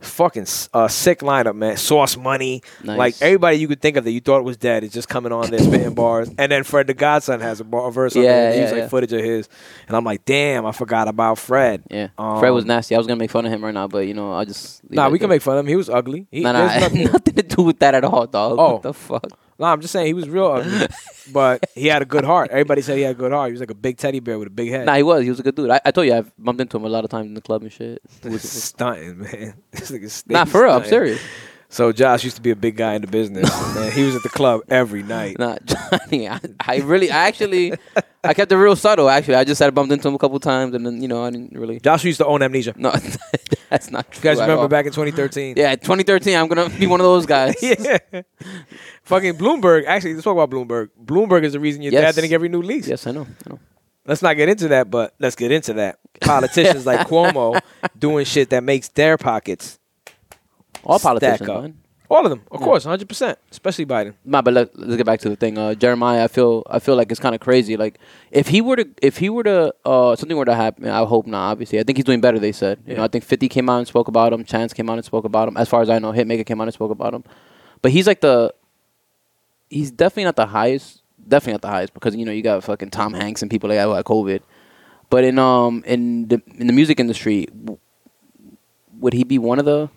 S2: fucking s- uh, sick lineup, man. Sauce Money,
S3: Nice.
S2: like everybody you could think of that you thought was dead is just coming on there spitting bars. And then Fred the Godson has a bar a verse. on
S3: Yeah,
S2: there. They
S3: yeah,
S2: use, like
S3: yeah.
S2: footage of his, and I'm like, damn, I forgot about Fred.
S3: Yeah,
S2: Um,
S3: Fred was nasty. I was gonna make fun of him right now, but you know, I'll just leave
S2: Nah,
S3: it
S2: we can
S3: there.
S2: make fun of him. He was ugly. He,
S3: Nah, nah,
S2: there's
S3: nothing.
S2: nothing-
S3: to do with that at all, dog.
S2: Oh.
S3: What the fuck?
S2: No, I'm just saying he was real ugly, but he had a good heart. Everybody said he had a good heart. He was like a big teddy bear with a big head.
S3: Nah, he was. He was a good dude. I, I told you, I've bumped into him a lot of times in the club and shit. He was-
S2: stunting, man. This nigga's stunting.
S3: nah, for real. I'm serious.
S2: So Josh used to be a big guy in the business. man, he was at the club every night.
S3: Nah, Johnny. I, I really, I actually, I kept it real subtle. Actually, I just had bumped into him a couple times, and then you know, I didn't really.
S2: Josh used to own amnesia.
S3: No, that's not true.
S2: You guys
S3: at
S2: remember
S3: all.
S2: back in 2013?
S3: Yeah, 2013. I'm gonna be one of those guys.
S2: yeah. Fucking Bloomberg. Actually, let's talk about Bloomberg. Bloomberg is the reason your
S3: Yes.
S2: dad didn't get renewed lease.
S3: Yes, I know. I know.
S2: Let's not get into that, but let's get into that. Politicians like Cuomo doing shit that makes their pockets
S3: All
S2: Stack
S3: politicians.
S2: up.
S3: Man.
S2: All of them, of
S3: Yeah.
S2: course, 100%, especially Biden.
S3: Nah, but let, let's get back to the thing. Uh, Jeremiah, I feel I feel like it's kind of crazy. Like if he were to if he were to uh, something were to happen, I hope not. Obviously, I think he's doing better. They said. You know,
S2: Yeah.
S3: I think Fifty came out and spoke about him. Chance came out and spoke about him. As far as I know, Hitmaker came out and spoke about him. But he's like the he's definitely not the highest. Definitely not the highest because you know you got fucking Tom Hanks and people like that who had COVID. But in um in the in the music industry, w- would he be one of the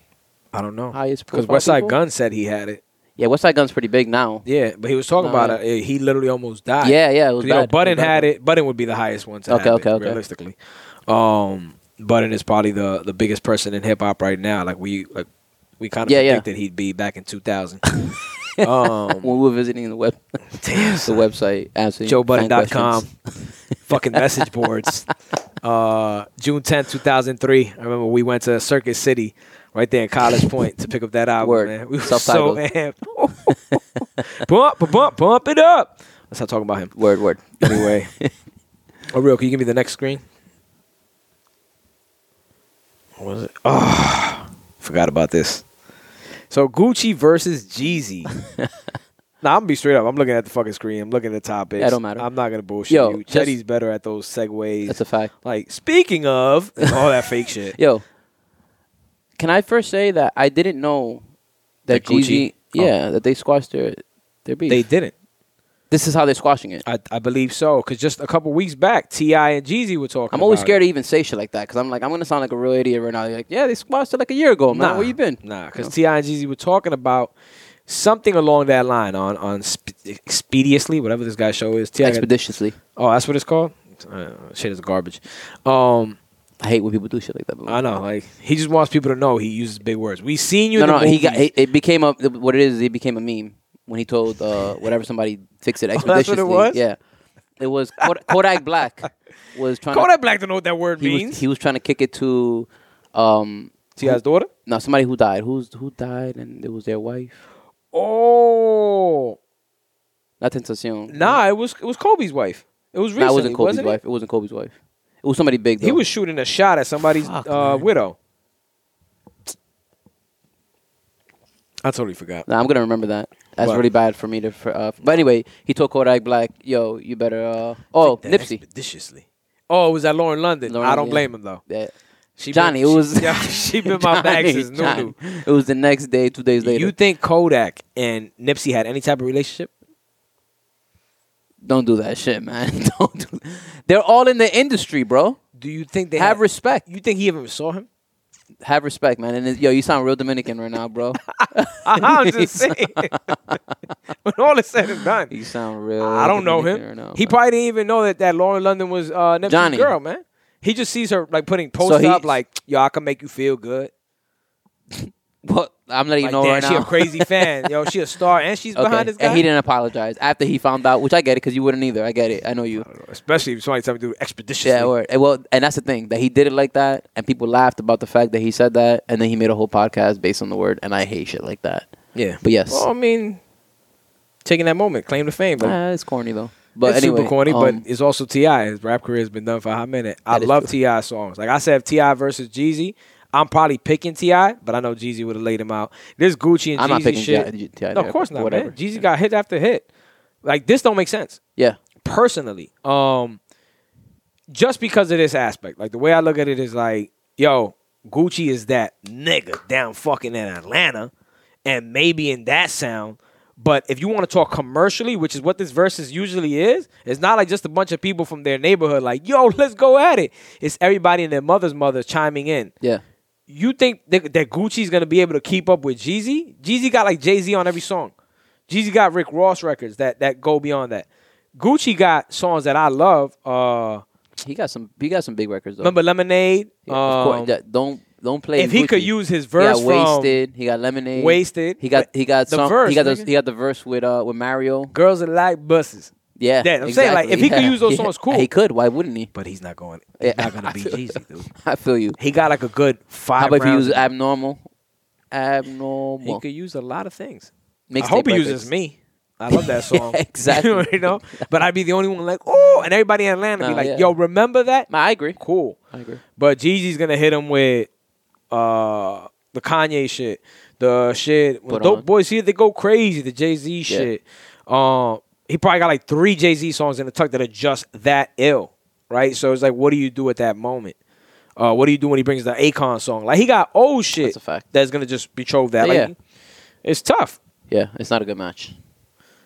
S2: I don't know.
S3: highest?
S2: Because
S3: profile
S2: Westside
S3: people?
S2: Gun said he had it.
S3: Yeah, Westside Gun's pretty big now.
S2: Yeah, but he was talking
S3: No,
S2: about it. He literally almost died.
S3: Yeah, yeah, it was
S2: You know,
S3: bad.
S2: Budden
S3: It was bad.
S2: had it. Budden would be the highest one to
S3: Okay,
S2: have
S3: okay,
S2: it,
S3: okay.
S2: realistically. Um, Budden is probably the, the biggest person in hip hop right now. Like we like we kind of
S3: Yeah, yeah.
S2: predicted he'd be back in 2000. um,
S3: when we were visiting the web
S2: damn,
S3: the website answering
S2: JoeBudden.com, fucking message boards. Uh, June 10th, 2003. I remember we went to Circuit City right there in College Point to pick up that album,
S3: Word.
S2: man. We were so
S3: Self-titled.
S2: amped. bump, bump, bump it up. Let's not talk about him.
S3: Word word.
S2: Anyway. oh, real, can you give me the next screen? What was it? Oh, forgot about this. So Gucci versus Jeezy. nah, I'm gonna be straight up. I'm looking at the fucking screen. I'm looking at the topics.
S3: Yeah, it don't matter.
S2: I'm not gonna bullshit
S3: Yo,
S2: you.
S3: just-
S2: Chetty's better at those segues.
S3: That's a fact.
S2: like speaking of and all that fake shit.
S3: Yo, can I first say that I didn't know that
S2: That Gucci? Oh.
S3: Jeezy, yeah, that they squashed their their beef.
S2: They didn't.
S3: this is how they're squashing it.
S2: I, I believe so. Cause just a couple weeks back, Ti and Jeezy were talking.
S3: I'm always
S2: about
S3: scared
S2: It.
S3: to even say shit like that because I'm like I'm gonna sound like a real idiot right now. You're like, yeah, they squashed it like a year ago, man. Where you been?
S2: Nah, because
S3: No.
S2: Ti and Jeezy were talking about something along that line on on sp- expeditiously, whatever this guy's show is. Ti got-
S3: Expeditiously.
S2: Oh, that's what it's called. Uh, shit is garbage. Um,
S3: I hate when people do shit like that. But
S2: I know. Like he just wants people to know he uses big words. We seen you.
S3: no,
S2: in
S3: no,
S2: the
S3: he got
S2: movies.
S3: it, it became a what it is. It became a meme when he told uh, whatever somebody fix it
S2: Oh, that's what it
S3: expeditiously.
S2: was?
S3: Yeah, it was Kod- Kodak Black was trying.
S2: Kodak Black to know what that word
S3: to, he
S2: means.
S3: was, he was trying to kick it to um,
S2: Ti's daughter.
S3: no somebody who died. Who's who died and it was their wife.
S2: Oh,
S3: Not Tentacion.
S2: nah. It was it was Kobe's wife. It was
S3: Nah, it
S2: recently.
S3: wasn't Kobe's
S2: wasn't it?
S3: wife. It? wasn't Kobe's wife. It was somebody big. Though.
S2: He was shooting a shot at somebody's
S3: Fuck,
S2: uh,
S3: man.
S2: widow. I totally forgot.
S3: Nah, I'm gonna remember that. That's
S2: What?
S3: really bad for me to. For, uh, but anyway, he told Kodak Black, "Yo, you better." Uh, oh,
S2: Take that
S3: Nipsey.
S2: Expeditiously. Oh, it was at Lauren London.
S3: Lauren,
S2: I don't
S3: yeah.
S2: blame him though.
S3: That-
S2: She
S3: Johnny,
S2: been,
S3: it was-
S2: she, yeah, she been my back
S3: Johnny,
S2: since
S3: Johnny.
S2: Nunu.
S3: It was the next day, two days later.
S2: You think Kodak and Nipsey had any type of relationship?
S3: Don't do that shit, man. Don't do They're all in the industry, bro.
S2: Do you think they
S3: Have
S2: had-
S3: respect.
S2: You think he even saw him?
S3: Have respect, man. And it- yo, you sound real Dominican right now, bro.
S2: I'm just saying. when all is said and
S3: You
S2: done,
S3: sound real.
S2: I don't know
S3: Dominican
S2: him.
S3: right now,
S2: he
S3: bro.
S2: probably didn't even know that that Lauren London was uh, Nipsey's
S3: Johnny.
S2: girl, man. He just sees her like putting posts
S3: he-
S2: up, like yo, I can make you feel good.
S3: What? I'm letting you
S2: Like,
S3: know
S2: damn,
S3: right
S2: she
S3: now.
S2: a crazy fan, yo. She a star, and she's
S3: Okay.
S2: behind this guy.
S3: And he didn't apologize after he found out, which I get it because you wouldn't either. I get it. I know you.
S2: Especially if somebody tell me to do it expeditiously.
S3: Yeah, or, and well, and that's the thing that he did it like that, and people laughed about the fact that he said that, and then he made a whole podcast based on the word, and I hate shit like that.
S2: Yeah.
S3: But yes.
S2: Well, I mean, taking that moment, claim to fame. But
S3: Ah, it's corny though. But
S2: Uh, it's
S3: anyway,
S2: super corny,
S3: um,
S2: but it's also Ti. His rap career has been done for a hot minute. I
S3: That is
S2: love
S3: true.
S2: Ti songs. Like I said, if Ti versus Jeezy. I'm probably picking Ti, but I know Jeezy would have laid him out. This Gucci and
S3: I'm not
S2: Jeezy
S3: picking
S2: shit.
S3: Ti- Ti
S2: no,
S3: there,
S2: of course
S3: but
S2: not.
S3: whatever.
S2: Man. Jeezy got hit after hit. Like this don't make sense
S3: yeah,
S2: personally. Um, just because of this aspect, like the way I look at it is like, yo, Gucci is that nigga down fucking in Atlanta, and maybe in that sound. But if you want to talk commercially, which is what this versus usually is, it's not like just a bunch of people from their neighborhood like, yo, let's go at it. It's everybody and their mother's mother chiming in.
S3: Yeah.
S2: You think that, that Gucci's gonna be able to keep up with Jeezy? Jeezy got like Jay Z on every song. Jeezy got Rick Ross records that that go beyond that. Gucci got songs that I love. Uh,
S3: He got some. He got some big records though.
S2: remember Lemonade?
S3: Yeah, of
S2: Um,
S3: course. that- Don't don't play.
S2: if he could
S3: Gucci.
S2: use his
S3: He
S2: verse
S3: got
S2: from
S3: wasted. He got lemonade.
S2: Wasted.
S3: He got
S2: But
S3: he got
S2: the
S3: some.
S2: verse,
S3: he got the,
S2: nigga.
S3: he got the verse with uh with Mario.
S2: Girls that like buses.
S3: Yeah.
S2: Yeah, I'm saying, like, if he could use those
S3: Yeah.
S2: songs, cool.
S3: He could. Why wouldn't he?
S2: But he's not going.
S3: Yeah,
S2: He's not gonna
S3: I
S2: be
S3: feel-
S2: Jeezy, dude.
S3: I feel you.
S2: He got like a good five.
S3: How about if he
S2: rounds.
S3: uses abnormal?
S2: He
S3: Abnormal.
S2: could use a lot of things.
S3: Mixtape
S2: I hope he
S3: records.
S2: uses me. I love that song.
S3: exactly.
S2: you know, but I'd be the only one like, oh, and everybody in Atlanta be
S3: Nah,
S2: like,
S3: yeah.
S2: yo, remember that?
S3: Nah, I agree.
S2: Cool.
S3: I agree.
S2: But Jeezy's gonna hit him with uh the Kanye shit, the shit when
S3: Put
S2: dope
S3: on.
S2: boys here they go crazy, the Jay Z shit. Um, he probably got like three Jay Z songs in the tuck that are just that ill, right? So it's like, what do you do at that moment? Uh, what do you do when he brings the Akon song? Like he got old shit
S3: a fact.
S2: that's gonna just betrove that.
S3: Yeah.
S2: Like, it's tough.
S3: Yeah, it's not a good match.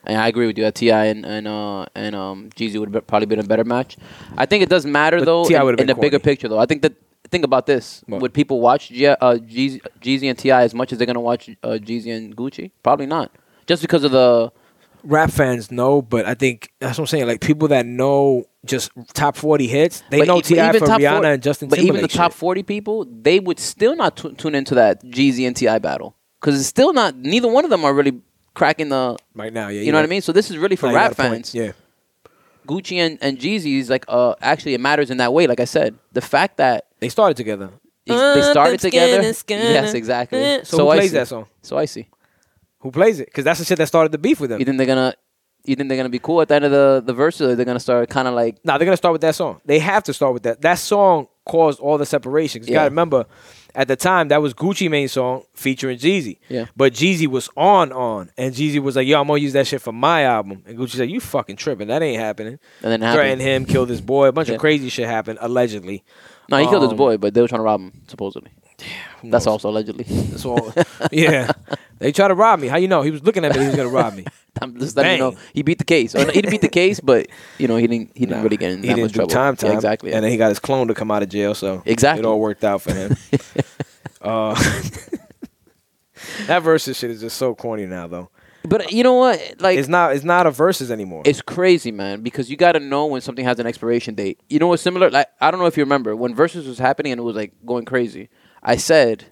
S3: And I agree with you. Ti and and uh, and um, Jeezy would have probably been a better match. I think it does matter
S2: But
S3: though
S2: T.I.
S3: in,
S2: would've
S3: in the
S2: been
S3: bigger
S2: corny.
S3: picture though. I think that think about this:
S2: What?
S3: Would people watch G- uh, Jeezy, Jeezy and Ti as much as they're gonna watch uh, Jeezy and Gucci? Probably not, just because of the
S2: Rap fans know, but I think that's what I'm saying. Like people that know just top forty hits, they
S3: but e-
S2: know
S3: but
S2: Ti for
S3: top
S2: Rihanna
S3: 40
S2: and Justin
S3: But
S2: Timberlake.
S3: even the top
S2: shit.
S3: forty people, they would still not tu- tune into that Jeezy and Ti battle because it's still not. Neither one of them are really cracking the.
S2: right now, yeah,
S3: You know what I mean? So this is really for rap fans.
S2: yeah.
S3: Gucci and, and Jeezy is like uh actually it matters in that way. Like I said, the fact that
S2: They started together.
S3: they- they started together. Yes, exactly.
S2: Eh, So, who
S3: I
S2: plays
S3: see.
S2: that song?
S3: So I see.
S2: Who plays it? Because that's the shit that started the beef with them.
S3: You think they're gonna you think they're gonna be cool at the end of the the verse, or they're gonna start kind of like
S2: Nah, they're gonna start with that song. They have to start with that. That song caused all the separation. 'Cause You
S3: Yeah.
S2: gotta remember, at the time that was Gucci main song featuring Jeezy.
S3: Yeah.
S2: But Jeezy was on on, and Jeezy was like, "Yo, I'm gonna use that shit for my album." And Gucci's like, "You fucking tripping? That ain't happening."
S3: and then
S2: Threatened
S3: happen.
S2: him, killed his boy. A bunch
S3: Yeah.
S2: of crazy shit happened allegedly.
S3: No, he killed his
S2: Um,
S3: boy, but they were trying to rob him supposedly.
S2: Who
S3: That's
S2: knows?
S3: also allegedly.
S2: That's all. yeah. They tried to rob me. How you know? He was looking at me. He was gonna rob me.
S3: I'm just letting you
S2: Bang.
S3: know he beat the case. Or no, he didn't beat the case, but you know he didn't he didn't really get in
S2: he
S3: that
S2: didn't
S3: much
S2: do
S3: trouble.
S2: time
S3: Yeah,
S2: time
S3: exactly.
S2: and then he got his clone to come out of jail so
S3: Exactly.
S2: it all worked out for him uh, that versus shit is just so corny now though
S3: but you know what? Like
S2: it's not it's not a versus anymore
S3: It's crazy, man, because you got to know when something has an expiration date. You know what's similar? Like I don't know if you remember when Versus was happening and it was like going crazy. I said,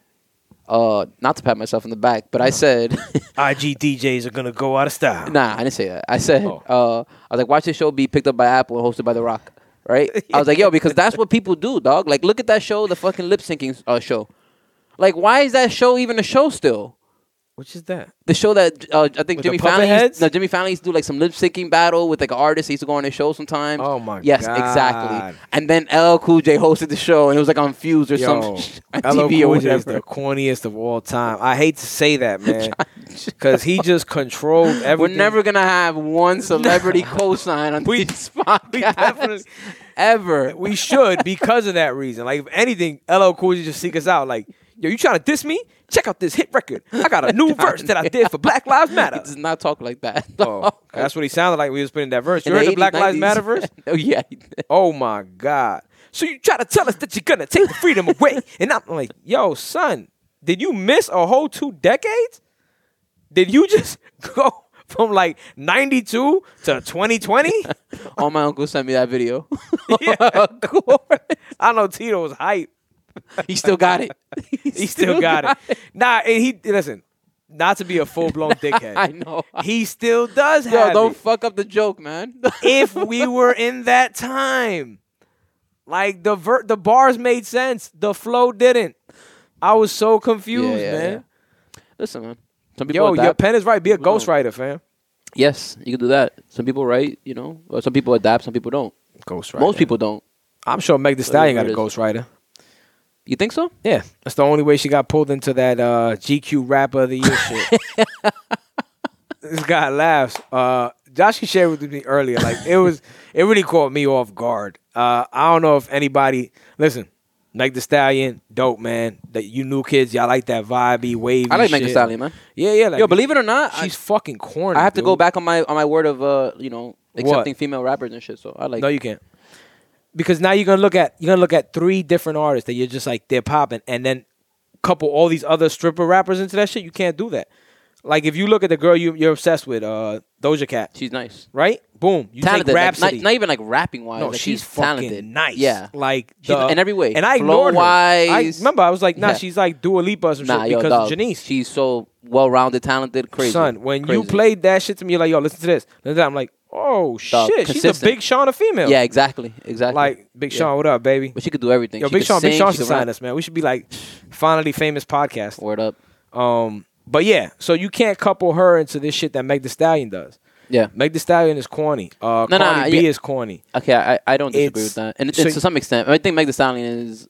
S3: uh, not to pat myself on the back, but I said,
S2: ig djs are gonna go out of style
S3: nah, I didn't say that. I said, uh, I was like, watch this show be picked up by Apple and hosted by The Rock, right? I was like, yo, because that's what people do, dog. Like, look at that show, the fucking lip syncing uh, show. Like, why is that show even a show still?
S2: which is that
S3: the show that uh, I think
S2: With
S3: Jimmy
S2: the puppet
S3: Fallon
S2: heads?
S3: used, no, Jimmy Fallon used to do like some lip syncing battle with like an artist. He used to go on his show sometimes.
S2: Oh, my
S3: yes,
S2: God.
S3: exactly. And then LL Cool J hosted the show, and it was like on Fuse or
S2: Yo,
S3: some
S2: LL
S3: on TV or
S2: Cool J is
S3: whatever.
S2: the corniest of all time. I hate to say that, man, because he just controlled
S3: We're
S2: everything.
S3: never gonna have one celebrity cosign on
S2: We-
S3: these
S2: We
S3: podcasts
S2: definitely-
S3: ever.
S2: we should because of that reason. Like if anything, LL Cool J just seek us out. Like, yo, you trying to diss me? Check out this hit record. I got a new verse that I did for Black Lives
S3: He
S2: Matter.
S3: does not talk like that.
S2: Oh, that's what he sounded like. when We was putting that verse.
S3: In
S2: You heard the
S3: 80s,
S2: Black Lives
S3: 90s.
S2: Matter verse?
S3: oh yeah, he did.
S2: Oh my God! So you try to tell us that you're gonna take the freedom away, and I'm like, yo, son, did you miss a whole two decades? Did you just go from like '92 to 2020?
S3: all my uncles sent me that video.
S2: Oh. Yeah.
S3: of course,
S2: I know Tito was hype.
S3: he still got it.
S2: He still got it. Nah, and he listen. Not to be a full blown dickhead.
S3: I know.
S2: He still does
S3: Yo,
S2: have.
S3: don't
S2: it.
S3: fuck up the joke, man.
S2: if we were in that time, like the ver- the bars made sense, the flow didn't. I was so confused,
S3: Yeah, yeah,
S2: man.
S3: Listen, man. Some people
S2: Yo,
S3: adapt.
S2: your pen is right. Be a
S3: People
S2: ghostwriter, fam.
S3: yes, you can do that. Some people write, you know. Or some people adapt. Some people don't.
S2: Ghostwriter.
S3: Most people don't.
S2: I'm sure Meg Thee Stallion got a
S3: Whatever it is.
S2: ghostwriter.
S3: You think so?
S2: Yeah, that's the only way she got pulled into that uh, GQ rapper of the year shit. this guy laughs. Uh, Josh you shared with me earlier. Like it was, it really caught me off guard. Uh, I don't know if anybody listen. Meg The Stallion, dope man. That you new kids, y'all like that vibey wavy.
S3: I like Meg
S2: shit.
S3: Thee Stallion, man.
S2: Yeah, yeah. Like,
S3: Yo, believe it or not,
S2: she's
S3: she's
S2: fucking corny.
S3: I have to go
S2: dude.
S3: back on my on my word of uh, you know, accepting
S2: What?
S3: female rappers and shit. So I like
S2: no, you can't. Because now you're gonna look at you're gonna look at three different artists that you're just like they're popping, and then couple all these other stripper rappers into that shit. You can't do that. Like if you look at the girl you you're obsessed with, uh, Doja Cat,
S3: she's nice.
S2: right? Boom, you
S3: talented.
S2: take
S3: like,
S2: Rhapsody.
S3: not, not even like rapping wise.
S2: no,
S3: like,
S2: she's,
S3: talented.
S2: fucking nice.
S3: Yeah.
S2: like
S3: She's-
S2: the-
S3: in every way.
S2: And I ignored her. I
S3: Flow-wise.
S2: remember I was like, nah,
S3: Yeah.
S2: she's like Dua Lipa or some
S3: nah,
S2: shit
S3: yo,
S2: because
S3: dog,
S2: of Janice.
S3: She's so well rounded, talented, crazy.
S2: Son, when you
S3: Crazy.
S2: played that shit to me, you're like, yo, listen to this. Listen to that. I'm like, oh
S3: Dog,
S2: shit, she's a
S3: consistent.
S2: Big Sean, a female.
S3: yeah, exactly, exactly.
S2: like Big
S3: Yeah.
S2: Sean, what up, baby?
S3: but she could do everything.
S2: Yo,
S3: She
S2: Big
S3: could
S2: Sean, Big
S3: sing,
S2: Sean
S3: she
S2: should
S3: could
S2: sign
S3: rap.
S2: us, man. We should be like finally famous podcast.
S3: Word up.
S2: Um, but yeah, so you can't couple her into this shit that Meg The Stallion does.
S3: Yeah.
S2: Meg The Stallion is corny. Uh,
S3: No, no,
S2: Cardi B
S3: yeah.
S2: is corny.
S3: Okay, I, I don't disagree
S2: It's-
S3: with that, and, it,
S2: so
S3: and to
S2: you-
S3: some extent, I think Meg Thee Stallion is.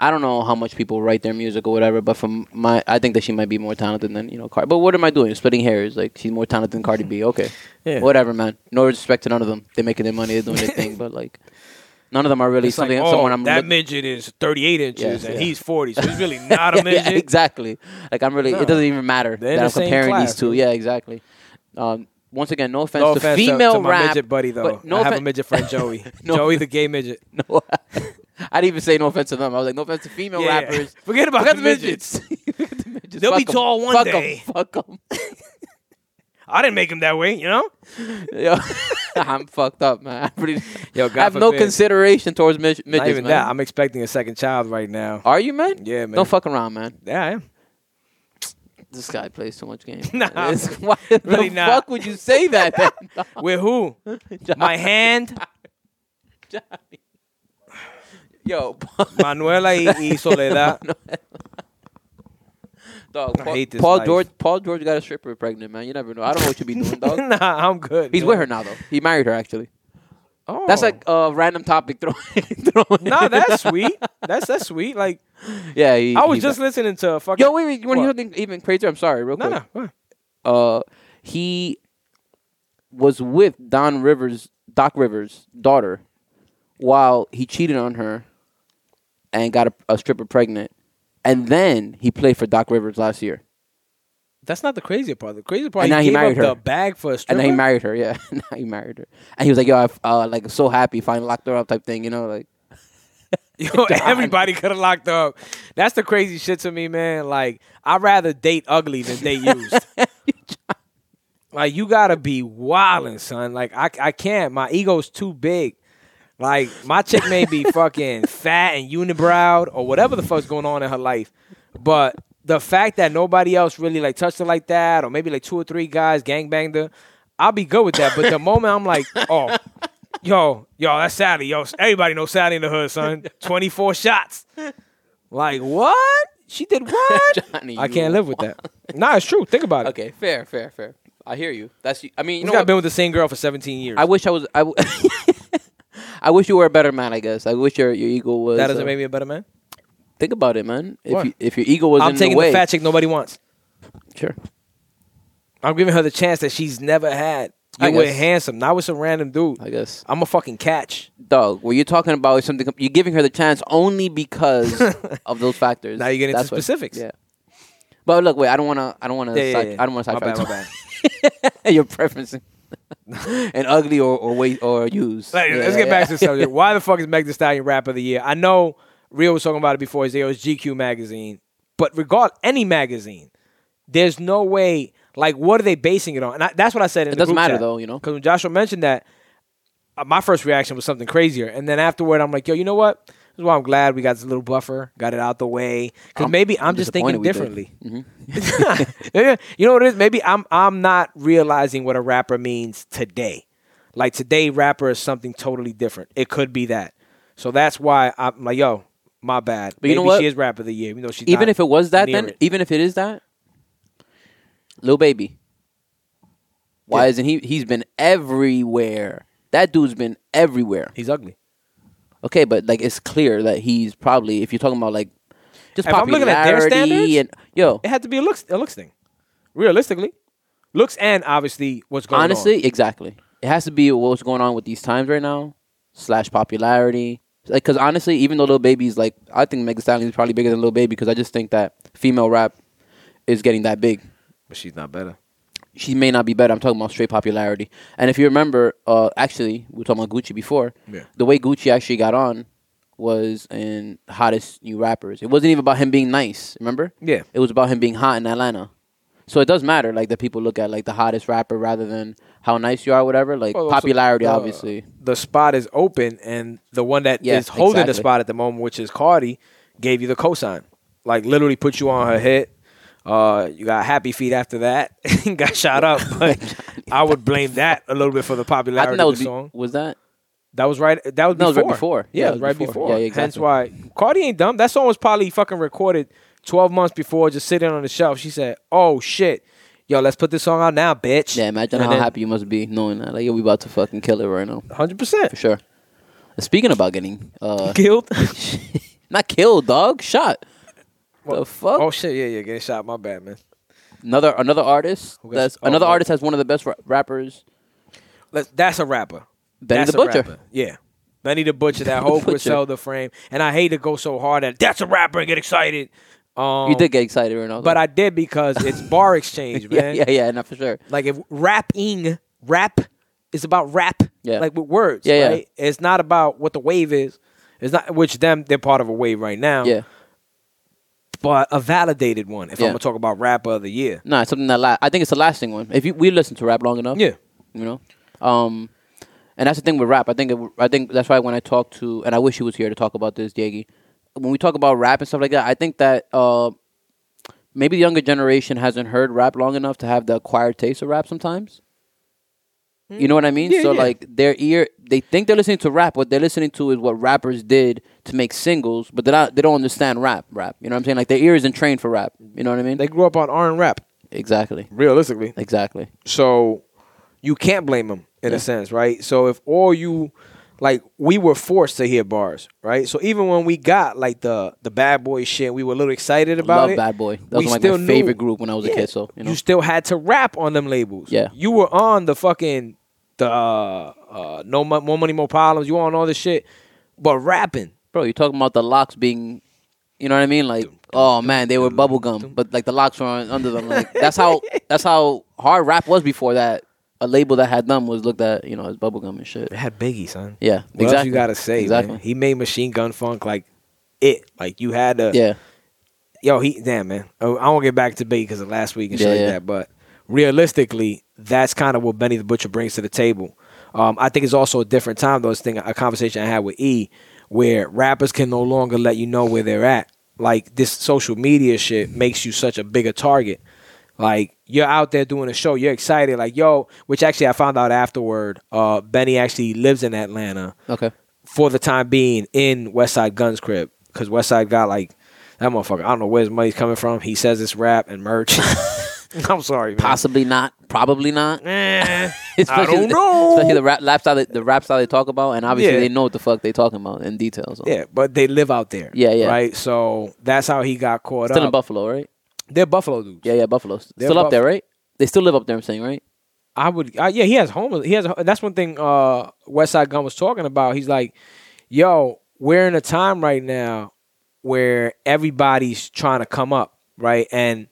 S3: I don't know how much people write their music or whatever, but from my, I think that she might be more talented than you know Cardi. But what am I doing? Splitting hairs? Like she's more talented than Cardi B? Okay,
S2: Yeah.
S3: whatever, man. No respect to none of them. They're making their money, they're doing their thing, but like, none of them are really
S2: It's like,
S3: something.
S2: oh,
S3: someone I'm
S2: that
S3: look-
S2: midget is 38 inches
S3: Yeah,
S2: and
S3: yeah.
S2: he's 40, so he's really not a
S3: Yeah, yeah,
S2: midget.
S3: exactly. Like I'm really.
S2: No.
S3: It doesn't even matter
S2: They're in
S3: that
S2: the
S3: I'm
S2: same
S3: comparing
S2: class,
S3: these two.
S2: dude.
S3: Yeah, exactly. Um, once again, no offense
S2: No
S3: to
S2: offense to-
S3: female
S2: to my
S3: rap,
S2: midget buddy though.
S3: but no
S2: I have a
S3: offen-
S2: midget friend, Joey.
S3: No
S2: Joey the gay midget.
S3: No, I didn't even say no offense to them. I was like, no offense to female
S2: Yeah, yeah.
S3: rappers.
S2: Forget about
S3: Forget
S2: the
S3: the
S2: midgets.
S3: midgets. Forget the midgets.
S2: They'll be
S3: 'em.
S2: tall one
S3: Fuck
S2: day.
S3: 'em. Fuck them.
S2: I didn't make him that way, you know.
S3: Yo, I'm fucked up, man. I, really,
S2: Yo, God
S3: I have no
S2: forbid.
S3: consideration towards midg- midgets,
S2: Not even
S3: man.
S2: that. I'm expecting a second child right now.
S3: Are you, man?
S2: Yeah, man.
S3: Don't fuck around, man.
S2: Yeah, I am.
S3: This guy plays so much game.
S2: Nah,
S3: man. It's- why
S2: really
S3: the
S2: not.
S3: fuck would you say that? Then?
S2: With who? My hand,
S3: Yo,
S2: Manuela y, y Soledad.
S3: dog.
S2: I
S3: Paul,
S2: hate this
S3: Paul
S2: life.
S3: George. Paul George got a stripper pregnant, man. You never know. I don't know what you be doing, dog.
S2: nah, I'm good.
S3: He's
S2: man.
S3: with her now, though. He married her, actually.
S2: Oh.
S3: That's like a random topic thrown. thrown
S2: No,
S3: in.
S2: that's sweet. That's that's sweet. Like
S3: yeah. He,
S2: I was
S3: he's
S2: just
S3: a-
S2: listening to a fucking.
S3: Yo, wait, wait. You want to hear
S2: What?
S3: something even crazier? I'm sorry, real
S2: No,
S3: quick.
S2: no. what?
S3: Uh, he was with Don Rivers, Doc Rivers' daughter, while he cheated on her and got a, a stripper pregnant, and then he played for Doc Rivers last year,
S2: That's not the crazy part. The crazy part.
S3: And
S2: he
S3: now he
S2: gave
S3: married
S2: up
S3: her.
S2: The bag for a
S3: and
S2: stripper.
S3: then he married her. Yeah, now he married her, and he was like, "Yo, I f- uh, like so happy, finally locked her up," type thing, you know, like.
S2: Yo, everybody could have locked up. That's the crazy shit to me, man. Like I'd rather date ugly than date used. like you gotta be wildin', son. Like I I can't. My ego's too big. Like my chick may be fucking fat and unibrowed or whatever the fuck's going on in her life, but the fact that nobody else really like touched her like that, or maybe like two or three guys gangbanged her, I'll be good with that. But the moment I'm like, oh, yo, yo, that's Sally, yo, everybody knows Sally in the hood, son. Twenty four shots. Like what? She did what?
S3: Johnny,
S2: I
S3: you
S2: can't live with that. Nah, it's true. Think about it.
S3: Okay, fair, fair, fair. I hear you. That's I mean, you
S2: This
S3: know
S2: guy
S3: what?
S2: been with the same girl for 17 years.
S3: I wish I was. I, w- I wish you were a better man. I guess. I wish your your ego was.
S2: that doesn't
S3: uh,
S2: make me a better man.
S3: Think about it, man. If
S2: What?
S3: you, if your ego was
S2: I'm
S3: in
S2: taking
S3: the way,
S2: the fat chick nobody wants.
S3: sure.
S2: I'm giving her the chance that she's never had.
S3: I
S2: You were
S3: guess.
S2: handsome. Now with some random dude.
S3: I guess,
S2: I'm a fucking catch.
S3: dog. What you're talking about is something you're giving her the chance only because of those factors.
S2: Now you're getting into
S3: That's what-
S2: specifics.
S3: yeah. But look, wait. I don't want to. I don't want to.
S2: Yeah, yeah, yeah.
S3: I don't want to
S2: My
S3: sidetrack.
S2: bad, my
S3: bad. your preference, and ugly or or wait or used.
S2: Like,
S3: Yeah,
S2: let's
S3: yeah,
S2: get back to
S3: yeah.
S2: the subject. Why the fuck is Meg Thee Stallion rap of the year? I know Rio was talking about it before. His it was GQ magazine, but regard any magazine, there's no way. Like, what are they basing it on? And I, that's what I said. In
S3: It doesn't matter, though, you know?
S2: Because when Joshua mentioned that, uh, my first reaction was something crazier, and then afterward, I'm like, yo, you know what? This is why I'm glad we got this little buffer, got it out the way. Because
S3: I'm-
S2: maybe I'm,
S3: I'm
S2: just
S3: disappointed
S2: thinking
S3: we Mm-hmm. did.
S2: differently. Maybe- you know what it is? Maybe I'm I'm not realizing what a rapper means today. Like today, rapper is something totally different. It could be that. So that's why I'm like, yo, my bad.
S3: But
S2: Maybe
S3: you know what?
S2: she is rapper of the year, even though she's
S3: even
S2: not
S3: if it was that,
S2: near
S3: then
S2: it.
S3: even if it is that, Lil Baby, why
S2: Yeah.
S3: isn't he? He's been everywhere. That dude's been everywhere.
S2: he's ugly.
S3: Okay, but like it's clear that he's probably if you're talking about like just
S2: If I'm
S3: popularity
S2: looking at their standards,
S3: and yo,
S2: It had to be a looks a looks thing, realistically. Looks and obviously what's going on.
S3: honestly, exactly. It has to be what's going on with these times right now slash popularity Like, cause honestly, even though Lil Baby's like, I think Megan Stallion is probably bigger than Lil Baby because I just think that female rap is getting that big.
S2: but she's not better.
S3: She may not be better. I'm talking about straight popularity. And if you remember, uh, actually, we were talking about Gucci before.
S2: Yeah.
S3: The way Gucci actually got on was in hottest new rappers. It wasn't even about him being nice. Remember?
S2: Yeah.
S3: It was about him being hot in Atlanta. So it does matter, like that people look at like the hottest rapper rather than how nice you are, whatever. Like
S2: Well, also,
S3: popularity,
S2: uh,
S3: obviously.
S2: The spot is open, and the one that is
S3: Yeah,
S2: holding the
S3: exactly.
S2: spot at the moment, which is Cardi, gave you the cosign. Like literally put you on her hit. Uh, you got happy feet after that. got shot up, but I would blame that a little bit for the
S3: I
S2: popularity
S3: think that
S2: of
S3: was
S2: the
S3: be-
S2: song.
S3: was that
S2: That was right. That was
S3: No, it was
S2: before.
S3: right before.
S2: Yeah, it was right before.
S3: Yeah, yeah,
S2: Hence
S3: exactly.
S2: why Cardi ain't dumb. That song was probably fucking recorded twelve months before, just sitting on the shelf. She said, "Oh shit, yo, let's put this song out now, bitch."
S3: Yeah, imagine how happy you must be knowing that. Like, yo, we about to fucking kill it right now.
S2: Hundred
S3: For
S2: percent
S3: sure. Speaking about getting uh
S2: killed.
S3: not killed, dog, shot. the fuck?
S2: Oh shit, yeah, yeah, getting shot. My bad, man.
S3: another another artist
S2: Who got-
S3: that's
S2: oh,
S3: another
S2: oh.
S3: artist has one of the best ra- rappers.
S2: Let's, that's a rapper.
S3: Benny
S2: that's
S3: the
S2: a
S3: Butcher.
S2: rapper. Yeah. Benny the Butcher, that whole
S3: Butcher.
S2: Griselda frame. And I hate to go so hard at that's a rapper and get excited. Um,
S3: You did get excited right now.
S2: But I did because it's bar exchange,
S3: yeah,
S2: man.
S3: yeah, yeah, not for sure.
S2: Like if rapping, rap is about rap,
S3: Yeah.
S2: like with words,
S3: Yeah, yeah.
S2: right? It's not about what the wave is. It's not which them they're part of a wave right now,
S3: Yeah.
S2: but a validated one. If
S3: Yeah.
S2: I'm gonna talk about rapper of the year,
S3: No, it's something that la- I think it's the lasting one. If you, we listen to rap long enough,
S2: Yeah.
S3: you know, um, and that's the thing with rap. I think it, I think that's why when I talk to and I wish he was here to talk about this, Diego. When we talk about rap and stuff like that, I think that uh, maybe the younger generation hasn't heard rap long enough to have the acquired taste of rap. Sometimes, you know what I mean.
S2: Hmm. Yeah,
S3: so
S2: yeah.
S3: like their ear, they think they're listening to rap. What they're listening to is what rappers did to make singles, but they're not. They don't understand rap. Rap. You know what I'm saying? Like their ear isn't trained for rap. You know what I mean?
S2: they grew up on R and rap,
S3: exactly.
S2: realistically.
S3: Exactly.
S2: So you can't blame them in a sense, right? So if all you like we were forced to hear bars, right? So even when we got like the the bad boy shit, we were a little excited about
S3: Love
S2: it.
S3: Bad Boy. That was
S2: we
S3: like
S2: still
S3: my favorite
S2: knew-
S3: group when I was a kid. So you know,
S2: still had to rap on them labels.
S3: Yeah.
S2: you were on the fucking the uh, uh, no Mo- more money, more problems. You were on all this shit, but rapping.
S3: bro, you're talking about the locks being, you know what I mean? Like, oh man, they were bubblegum, but like the locks were on, under them. Like that's how that's how hard rap was before that. A label that had them was looked at, you know, as bubblegum and
S2: It
S3: shit.
S2: had Biggie, son.
S3: Yeah,
S2: What else
S3: exactly.
S2: you gotta say? man?
S3: Exactly.
S2: He made Machine Gun Funk like it. Like you had to.
S3: Yeah,
S2: yo, he damn man. Oh, I won't get back to Biggie because of last week and shit
S3: Yeah,
S2: like
S3: yeah.
S2: that. But realistically, that's kind of what Benny the Butcher brings to the table. Um, I think it's also a different time though. This thing, a conversation I had with E, where rappers can no longer let you know where they're at. Like this social media shit makes you such a bigger target. Like you're out there doing a show, you're excited, like yo. Which actually I found out afterward. Uh, Benny actually lives in Atlanta
S3: okay.
S2: for the time being in Westside Guns crib because Westside got like that motherfucker. I don't know where his money's coming from. He says it's rap and merch. I'm sorry, man.
S3: Possibly not. Probably not.
S2: Eh, I
S3: Especially
S2: don't
S3: the-
S2: know.
S3: Especially the rap, rap style, that- the rap style they talk about, and obviously
S2: Yeah.
S3: they know what the fuck they talking about in detail. So.
S2: yeah, but they live out there.
S3: Yeah, yeah.
S2: Right, so that's how he got caught
S3: still
S2: up.
S3: in Buffalo, right?
S2: They're Buffalo dudes.
S3: Yeah, yeah, Buffalo.
S2: They're
S3: still up there,
S2: Buff-
S3: right? They still live up there. I'm saying, right?
S2: I would. I, yeah, he has homeless. He has. A, that's one thing. Uh, Westside Gun was talking about. He's like, yo, we're in a time right now where everybody's trying to come up, right? And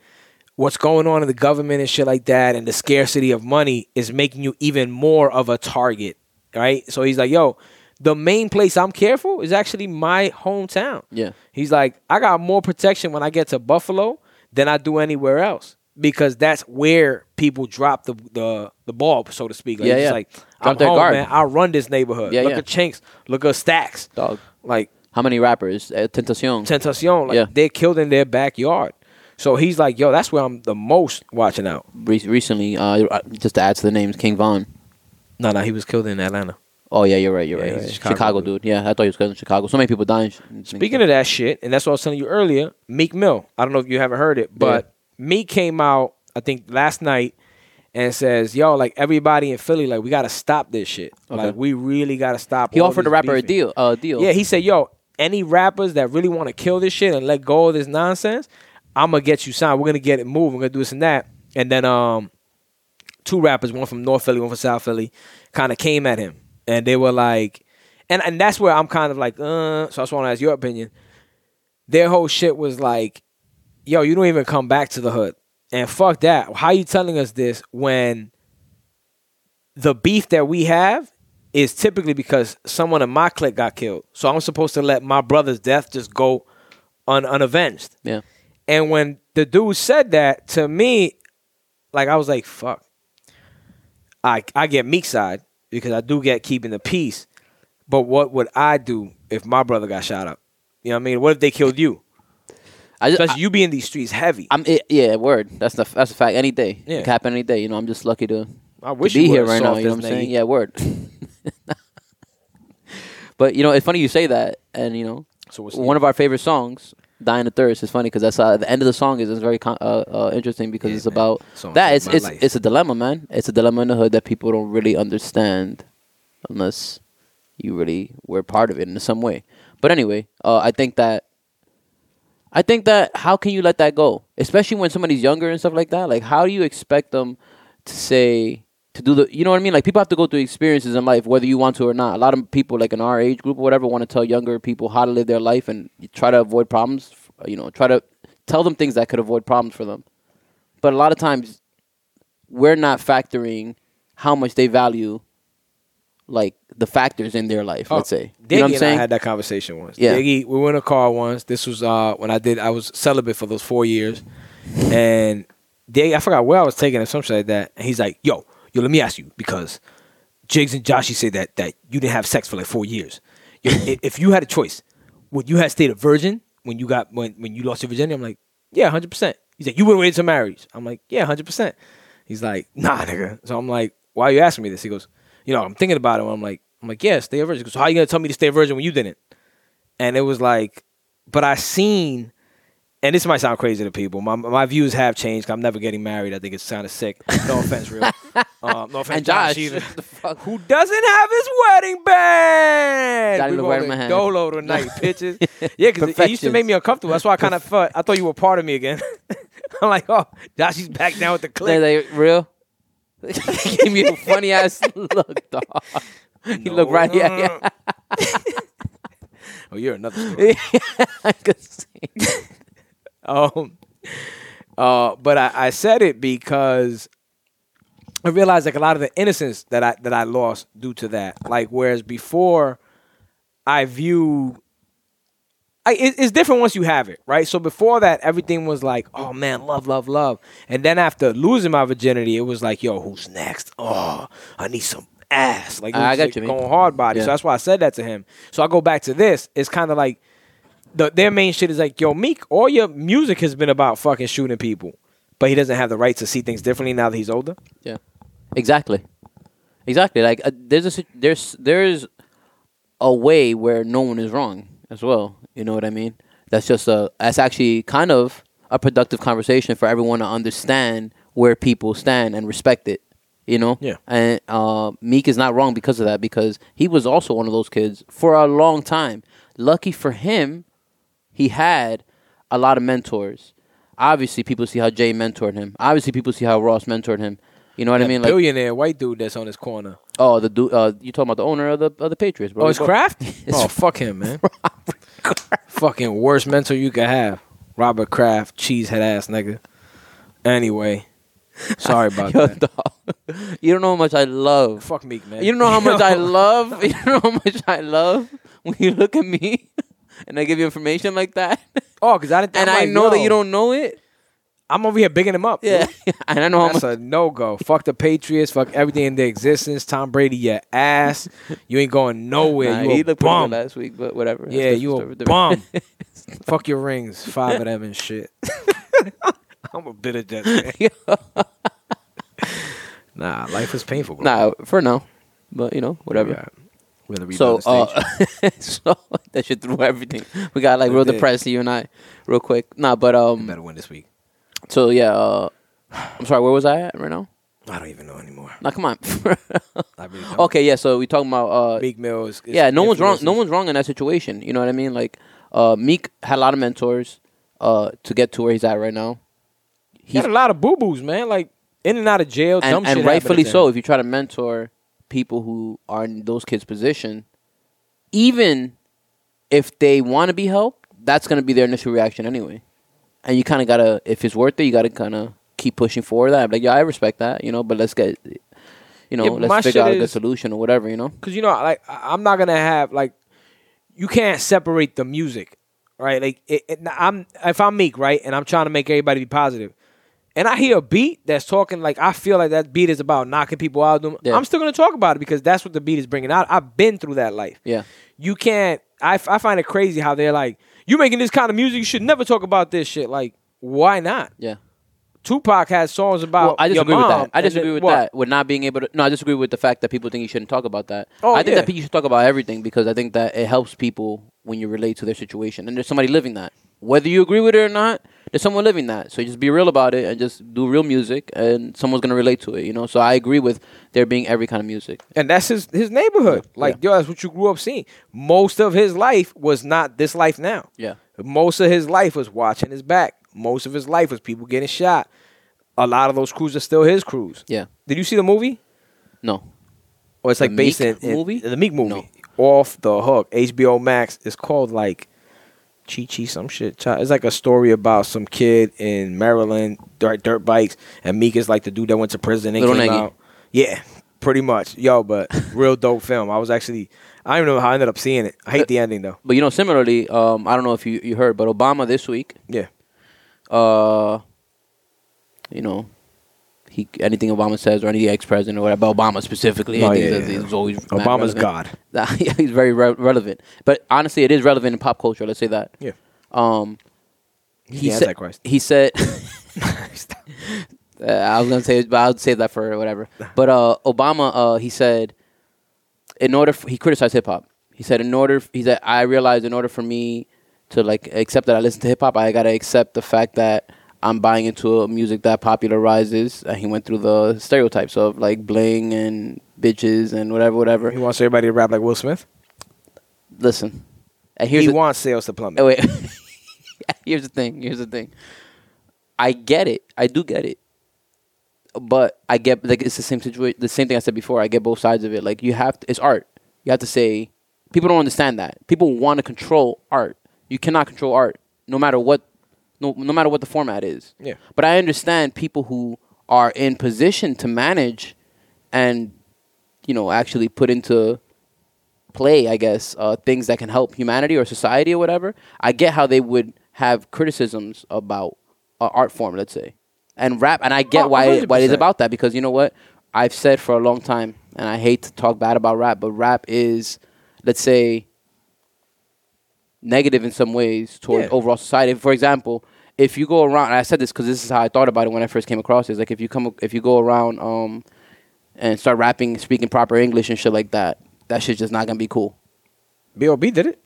S2: what's going on in the government and shit like that, and the scarcity of money is making you even more of a target, right? So he's like, yo, the main place I'm careful is actually my hometown.
S3: Yeah.
S2: He's like, I got more protection when I get to Buffalo than I do anywhere else because that's where people drop the the, the ball, so to speak. Like,
S3: Yeah,
S2: it's
S3: yeah.
S2: like I'm
S3: Drop their
S2: home,
S3: guard.
S2: man. I run this neighborhood.
S3: Yeah,
S2: look
S3: yeah.
S2: at Chinks. Look at Stacks.
S3: Dog.
S2: Like
S3: How many rappers? Uh, Tentacion.
S2: Tentacion. Like
S3: Yeah.
S2: they're killed in their backyard. So he's like, yo, that's where I'm the most watching out.
S3: Re- recently, uh, uh, just to add to the names, King Von.
S2: No, no, he was killed in Atlanta.
S3: Oh yeah, you're right. You're
S2: Yeah, he's
S3: right.
S2: a
S3: right.
S2: Chicago
S3: Chicago,
S2: dude.
S3: dude. Yeah, I thought he was in Chicago. So many people dying.
S2: Speaking of that shit, and that's what I was telling you earlier, Meek Mill. I don't know if you haven't heard it, but Meek came out, I think, last night and says, Yo, like everybody in Philly, like we gotta stop this shit. Like we really gotta stop.
S3: he
S2: all
S3: offered
S2: this
S3: the rapper a
S2: beefing."
S3: deal. Uh, deal.
S2: Yeah, he said, Yo, any rappers that really wanna kill this shit and let go of this nonsense, I'm gonna get you signed. We're gonna get it moved. We're gonna do this and that. And then um two rappers, one from North Philly, one from South Philly, kind of came at him. And they were like, and and that's where I'm kind of like, uh, so I just want to ask your opinion. Their whole shit was like, yo, you don't even come back to the hood, and fuck that. How you telling us this when the beef that we have is typically because someone in my clique got killed, so I'm supposed to let my brother's death just go un- unavenged.
S3: Yeah.
S2: And when the dude said that to me, like I was like, fuck. I I get meek side because I do get keeping the peace. But what would I do if my brother got shot up? You know what I mean? What if they killed you?
S3: I just,
S2: Especially
S3: I,
S2: you being these streets heavy.
S3: am it, yeah, word. That's the that's a fact. Any day,
S2: Yeah.
S3: it can happen any day. You know, I'm just lucky to,
S2: I
S3: to
S2: wish
S3: be
S2: you
S3: here
S2: would've
S3: right now.
S2: solved
S3: You know what I'm
S2: this,
S3: saying?
S2: nigga.
S3: Yeah, word. but you know, it's funny you say that, and you know,
S2: So what's
S3: one of our favorite songs, "Dying to Thirst," is funny because that's uh, the end of the song is, is very con- uh, uh, interesting because it's about
S2: Song
S3: that.
S2: saved
S3: It's
S2: my
S3: it's
S2: life.
S3: it's a dilemma, man. It's a dilemma in the hood that people don't really understand unless you really were part of it in some way. But anyway, uh, I think that I think that how can you let that go, especially when somebody's younger and stuff like that? Like, how do you expect them to say to do the? You know what I mean? Like, people have to go through experiences in life, whether you want to or not. A lot of people, like in our age group or whatever, want to tell younger people how to live their life and try to avoid problems. You know, try to tell them things that could avoid problems for them. But a lot of times, we're not factoring how much they value, like the factors in their life. let's say,
S2: Oh, Diggy
S3: you know what I'm
S2: and
S3: saying?
S2: I had that conversation once.
S3: Yeah.
S2: Diggy, we were in a car once. This was uh, when I did. I was celibate for those four years, and Diggy, I forgot where I was taking him, some shit like that. And he's like, "Yo, yo, let me ask you because Jigs and Joshy said that that you didn't have sex for like four years. Yo, i- if you had a choice, would you have stayed a virgin when you got when when you lost your virginity?" I'm like, "Yeah, hundred percent." He's like, "You would have waited till marriage." I'm like, "Yeah, hundred percent." He's like, "Nah, nigga." So I'm like, "Why are you asking me this?" He goes, "You know, I'm thinking about it." I'm like, "I'm like, yeah, stay a virgin." He goes, "So how you gonna tell me to stay a virgin when you didn't?" and it was like, but I seen, and this might sound crazy to people. My my views have changed. 'cause I'm never getting married. I think it's kind of sick. No offense, real. Um, no offense,
S3: and Josh,
S2: either.
S3: what the fuck?
S2: Who doesn't have his wedding band?
S3: Got him
S2: We
S3: the wedding
S2: rolling
S3: band.
S2: Dolo tonight, bitches. Yeah, because it used to
S3: Perfections.
S2: make me uncomfortable. That's why I kind of thought I thought you were part of me again. I'm like, oh, Josh, he's back down with the
S3: They-
S2: clique.
S3: they real. Give me a funny ass look, dog. He looked right
S2: No,
S3: here.
S2: no,
S3: Yeah,
S2: Oh, you're another. Story.
S3: I could see.
S2: Um, uh, but I, I said it because I realized like a lot of the innocence that I that I lost due to that. Like whereas before, I viewed. I, it, it's different once you have it, right? So before that, everything was like, "Oh man, love, love, love," and then after losing my virginity, it was like, "Yo, who's next? Oh, I need some ass." Like it was
S3: I got
S2: like
S3: you, man.
S2: going hard body. So
S3: Yeah.
S2: that's why I said that to him. So I go back to this. It's kind of like the, their main shit is like, yo, Meek, all your music has been about fucking shooting people, but he doesn't have the right to see things differently now that he's older.
S3: yeah, exactly, exactly. Like uh, there's a sit- there's there's a way where no one is wrong as well. You know what I mean? That's just a that's actually kind of a productive conversation for everyone to understand where people stand and respect it. You know?
S2: Yeah.
S3: And uh, Meek is not wrong because of that because he was also one of those kids for a long time. Lucky for him, he had a lot of mentors. Obviously, people see how Jay mentored him. Obviously, people see how Ross mentored him. You know what I mean? Like,
S2: billionaire white dude that's on his corner.
S3: oh, the du- uh, you talking about the owner of the of the Patriots, bro?
S2: Oh, it's
S3: Bro-
S2: Kraft.
S3: It's-
S2: oh, fuck him, man. fucking worst mentor you could have, Robert Kraft, cheesehead ass nigga. Anyway, sorry about
S3: Yo,
S2: that.
S3: dog. You don't know how much I love.
S2: Fuck Meek, man.
S3: You don't know how much I love. You don't know how much I love when you look at me and I give you information like that,
S2: Oh, because I didn't.
S3: and
S2: I'm
S3: I
S2: like,
S3: know that
S2: yo,
S3: you don't know it.
S2: I'm over here bigging him up.
S3: Yeah,
S2: dude.
S3: and I know how much.
S2: That's a no go. Fuck the Patriots. Fuck everything in their existence. Tom Brady, your ass. You ain't going nowhere.
S3: Nah,
S2: you
S3: he
S2: a
S3: looked pretty good
S2: bum.
S3: last week, but whatever. That's
S2: Yeah,
S3: different
S2: you
S3: story,
S2: a
S3: different-
S2: bum. Fuck your rings, five of them and shit. I'm a bitter Jets fan. Nah, life is painful. Bro.
S3: Nah, for now, but you know, whatever.
S2: Yeah. We're gonna
S3: So,
S2: rebuild the stage.
S3: uh, so that shit threw everything. We got like
S2: It
S3: real
S2: did.
S3: depressed, you and I, real quick. Nah, but
S2: We
S3: um,
S2: better win this week.
S3: so yeah, uh, I'm sorry. Where was I at right now?
S2: I don't even know anymore.
S3: Nah, come on.
S2: I really don't.
S3: okay, yeah. So we talking about uh,
S2: Meek Mill is, is
S3: yeah. No one's wrong. No
S2: influences.
S3: one's wrong in that situation. You know what I mean? Like, uh, Meek had a lot of mentors uh to get to where he's at right now.
S2: He had a lot of boo boos, man. Like in and out of jail, dumb
S3: and,
S2: shit
S3: and
S2: happened
S3: rightfully
S2: to
S3: so.
S2: him.
S3: If you try to mentor people who are in those kids' position, even if they want to be helped, that's going to be their initial reaction anyway. And you kind of got to, if it's worth it, you got to kind of keep pushing forward that. Like, yeah, I respect that, you know, but let's get, you know,
S2: Yeah, but my
S3: let's figure
S2: shit
S3: out a good
S2: is-
S3: solution or whatever, you know?
S2: because you know, like I- I'm not gonna have like you can't separate the music, right? Like it, it, I'm if I'm Meek, right, and I'm trying to make everybody be positive, and I hear a beat that's talking like I feel like that beat is about knocking people out. Of them,
S3: Yeah.
S2: I'm still gonna talk about it because that's what the beat is bringing out. I've been through that life.
S3: Yeah.
S2: you can't. I f- I find it crazy how they're like, you making this kind of music, you should never talk about this shit. Like, why not?
S3: Yeah.
S2: Tupac has songs about.
S3: Well, I
S2: your
S3: disagree with
S2: mom
S3: that. I
S2: and
S3: disagree
S2: then-
S3: with
S2: what?
S3: that. With not being able to. No, I disagree with the fact that people think you shouldn't talk about that.
S2: Oh,
S3: I think
S2: yeah.
S3: that you should talk about everything because I think that it helps people when you relate to their situation. And there's somebody living that. Whether you agree with it or not, there's someone living that. So just be real about it and just do real music, and someone's going to relate to it, you know? So I agree with there being every kind of music.
S2: and that's his his neighborhood. Like yo, that's what you grew up seeing. Most of his life was not this life now.
S3: Yeah.
S2: Most of his life was watching his back. Most of his life was people getting shot. A lot of those crews are still his crews.
S3: Yeah.
S2: Did you see the movie?
S3: No.
S2: Or it's like
S3: The
S2: based
S3: Meek
S2: in, in-
S3: movie?
S2: The Meek movie.
S3: No.
S2: Off the hook. HBO Max. It's called like Chi Chi some shit. Chi- It's like a story about some kid in Maryland, dirt dirt bikes, and Meek is like the dude that went to prison. They
S3: Little
S2: came
S3: Nicky.
S2: out. Yeah, pretty much. Yo, but real dope film. I was actually I don't even know how I ended up seeing it. I
S3: Uh,
S2: hate the ending though.
S3: But, you know, similarly, um, I don't know if you, you heard, but Obama this week,
S2: Yeah.
S3: uh, you know, he anything Obama says or any ex president or whatever. about Obama specifically,
S2: No, Oh,
S3: anything
S2: yeah,
S3: he
S2: yeah,
S3: says
S2: yeah.
S3: is always mad
S2: Obama's
S3: relevant.
S2: God.
S3: yeah, he's very re- relevant. But honestly, it is relevant in pop culture. Let's say that.
S2: Yeah.
S3: Um, he
S2: the
S3: said.
S2: Antichrist.
S3: He said. Uh, I was gonna say, but I'll save that for whatever. But uh, Obama, uh, he said, in order f he criticized hip hop. He said, in order, f- he said, I realized in order for me to like accept that I listen to hip hop, I gotta accept the fact that I'm buying into a music that popularizes. And he went through the stereotypes of like bling and bitches and whatever, whatever.
S2: He wants everybody to rap like Will Smith.
S3: Listen, and here's
S2: he
S3: the-
S2: wants sales to plummet.
S3: Oh, wait. here's the thing. Here's the thing. I get it. I do get it. But I get like it's the same situation. The same thing I said before. I get both sides of it. Like you have to. It's art. You have to say. People don't understand that. People want to control art. You cannot control art, no matter what, no, no matter what the format is.
S2: Yeah.
S3: But I understand people who are in position to manage, and you know, actually put into play, I guess, uh, things that can help humanity or society or whatever. I get how they would have criticisms about uh, art form, let's say, and rap, and I get
S2: Oh,
S3: why it, why it is
S2: 100%.
S3: about that because you know what I've said for a long time, and I hate to talk bad about rap, but rap is, let's say, negative in some ways toward
S2: Yeah.
S3: overall society. For example, if you go around, and I said this because this is how I thought about it when I first came across it. It's like if you come, if you go around um, and start rapping, speaking proper English and shit like that, that shit's just not gonna be cool.
S2: B.O.B. did it.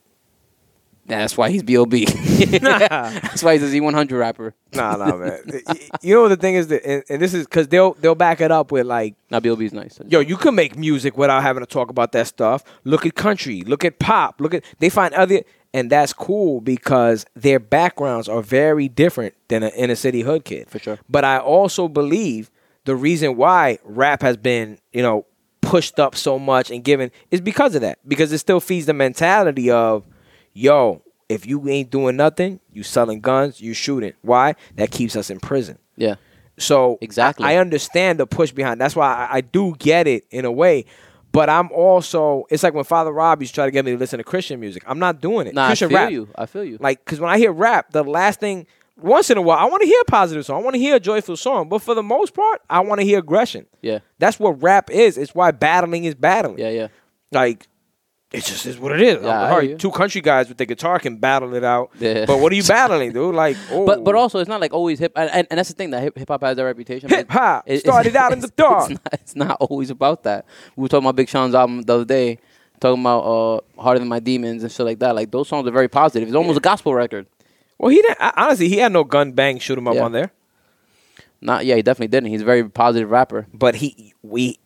S3: That's why he's Bob. That's why he's a Z100 rapper,
S2: Nah, nah, man. Y- y- you know what the thing is that, and, and this is because they'll they'll back it up with like
S3: Now Bob's nice.
S2: yo, you can make music without having to talk about that stuff. Look at country, look at pop, look at they find other and that's cool because their backgrounds are very different than an inner city hood kid.
S3: For sure.
S2: But I also believe the reason why rap has been, you know, pushed up so much and given is because of that. Because it still feeds the mentality of, yo, if you ain't doing nothing, you selling guns, you shooting. Why? That keeps us in prison.
S3: yeah,
S2: So
S3: Exactly.
S2: I, I understand the push behind. That's why I, I do get it in a way. But I'm also it's like when Father Rob used to try to get me to listen to Christian music. I'm not doing it.
S3: nah, I
S2: Christian
S3: feel
S2: rap.
S3: you. I feel you.
S2: Like because when I hear rap, the last thing once in a while I want to hear a positive song. I want to hear a joyful song. But for the most part, I want to hear aggression.
S3: Yeah.
S2: that's what rap is. It's why battling is battling.
S3: yeah, yeah.
S2: like. It just is what it is.
S3: Yeah, I
S2: All right,
S3: hear you.
S2: two country guys with their guitar can battle it out.
S3: Yeah.
S2: But what are you battling, dude? Like, oh.
S3: But but also it's not like always hip and, and, and that's the thing that hip hop has that reputation. but it-
S2: Hip-hop
S3: it-
S2: started out in the
S3: it's-
S2: dark.
S3: It's not, it's not always about that. We were talking about Big Sean's album the other day, talking about uh, "Harder Than My Demons" and shit like that. Like those songs are very positive. It's almost a gospel record.
S2: well, he didn't. I- Honestly, he had no gun bang shoot 'em up
S3: Yeah.
S2: on there.
S3: Not yeah, he definitely didn't. He's a very positive rapper.
S2: but he we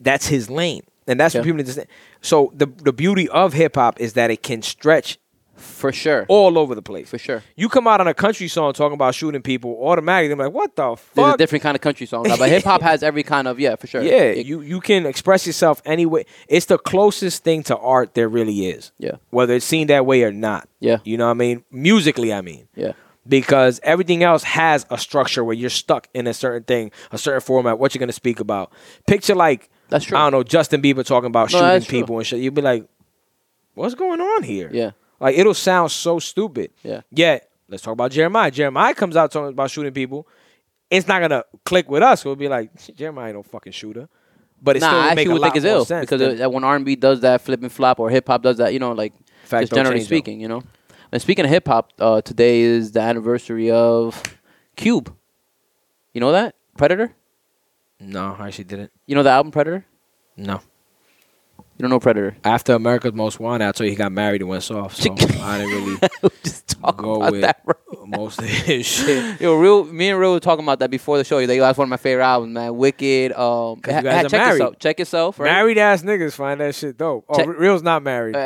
S2: that's his lane and that's what
S3: Yeah.
S2: people need to understand so the the beauty of hip hop is that it can stretch
S3: for sure.
S2: all over the place.
S3: For sure.
S2: You come out on a country song talking about shooting people, automatically they're like, "What the
S3: There's a
S2: fuck?"
S3: different kind of country song, now, but hip hop has every kind of yeah, for sure.
S2: Yeah,
S3: It-
S2: you you can express yourself any way. It's the closest thing to art there really is.
S3: Yeah.
S2: Whether it's seen that way or not.
S3: Yeah.
S2: You know what I mean? Musically, I mean.
S3: yeah,
S2: Because everything else has a structure where you're stuck in a certain thing, a certain format, what you're gonna speak about. Picture like
S3: That's true.
S2: I don't know, Justin Bieber talking about
S3: No,
S2: shooting
S3: that's true.
S2: people and shit. You'd be like, What's going on here?
S3: Yeah.
S2: Like it'll sound so stupid.
S3: Yeah.
S2: Yet, let's talk about Jeremiah. Jeremiah comes out talking about shooting people. It's not gonna click with us. We'll be like, Jeremiah ain't no fucking shooter. But it
S3: nah,
S2: still
S3: I
S2: would make a
S3: actually would
S2: lot
S3: think it's
S2: more
S3: ill
S2: sense
S3: because
S2: than-
S3: it- that when R and B does that flip and flop or hip hop does that, you know, like
S2: Fact
S3: just
S2: don't
S3: generally
S2: change, though.
S3: speaking, you know. And speaking of hip hop, uh, today is the anniversary of Cube. You know that Predator?
S2: No, I actually didn't.
S3: You know the album Predator?
S2: No.
S3: You don't know Predator?
S2: After America's Most Wanted, I told you he got married and went soft. So I didn't really
S3: just talk
S2: go
S3: about
S2: with
S3: that. Right
S2: most of his shit.
S3: Yo, real. Me and real were talking about that before the show. Like, that's one of my favorite albums, man. Wicked. Um,
S2: you guys are
S3: check
S2: married.
S3: yourself. Check yourself. Right?
S2: Married ass niggas find that shit dope. Oh,
S3: Check-
S2: Re- Real's not married.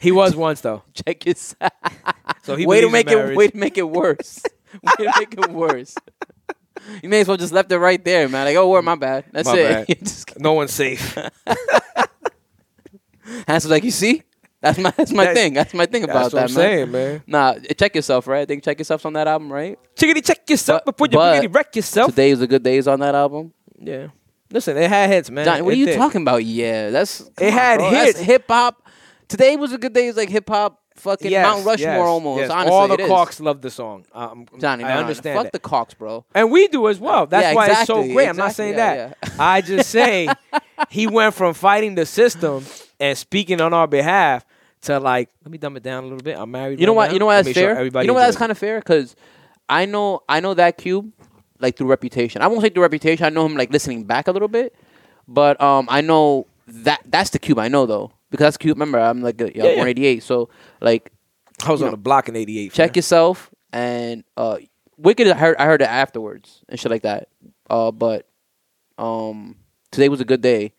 S2: he was once though.
S3: check yourself.
S2: So he
S3: way to
S2: believes
S3: make
S2: in
S3: it.
S2: marriage.
S3: Way to make it worse. way to make it worse. You may as well just left it right there, man. Like, oh, word, my bad. That's
S2: My
S3: it.
S2: bad.
S3: Just kidding.
S2: No one's safe.
S3: Hansel's like, you see, that's my that's my
S2: That's-
S3: thing. That's my thing about
S2: That's
S3: that,
S2: what I'm saying,
S3: man.
S2: man.
S3: Nah, check yourself, right? I think check yourself's on that album, right?
S2: Chickity check yourself
S3: But-
S2: before you
S3: but
S2: really wreck yourself.
S3: Today is a good day is on that album.
S2: yeah. Listen, they had hits, man.
S3: John, what are
S2: It
S3: you
S2: did.
S3: talking about? Yeah, that's come
S2: It
S3: on,
S2: had
S3: bro. That's
S2: hits.
S3: Hip hop. Today was a good day. It's like hip hop, fucking
S2: Yes,
S3: Mount Rushmore
S2: yes,
S3: almost.
S2: yes.
S3: Honestly,
S2: all the
S3: it is.
S2: Cox love the song. Um,
S3: Johnny,
S2: I
S3: no, no, no.
S2: understand.
S3: Fuck
S2: that.
S3: the Cox, bro.
S2: And we do as well. That's
S3: Yeah,
S2: why it's so
S3: exactly,
S2: great. I'm not
S3: exactly,
S2: saying
S3: yeah,
S2: that.
S3: yeah.
S2: I just say he went from fighting the system and speaking on our behalf to like, let me dumb it down a little bit. I'm married.
S3: You know
S2: right
S3: what?
S2: now.
S3: You know
S2: Let me
S3: what? That's
S2: make sure
S3: fair.
S2: everybody
S3: you know what? That's
S2: enjoys
S3: kind of fair because I know I know that cube like through reputation. I won't say through reputation. I know him like listening back a little bit, but um, I know that that's the cube I know though because that's cube. Remember, I'm like a, yeah,
S2: Yeah, yeah.
S3: 188. So like,
S2: it. I was
S3: you
S2: on
S3: know,
S2: the block in '88.
S3: check yourself and uh, Wicked. I heard I heard it afterwards and shit like that. Uh, but um, today was a good day.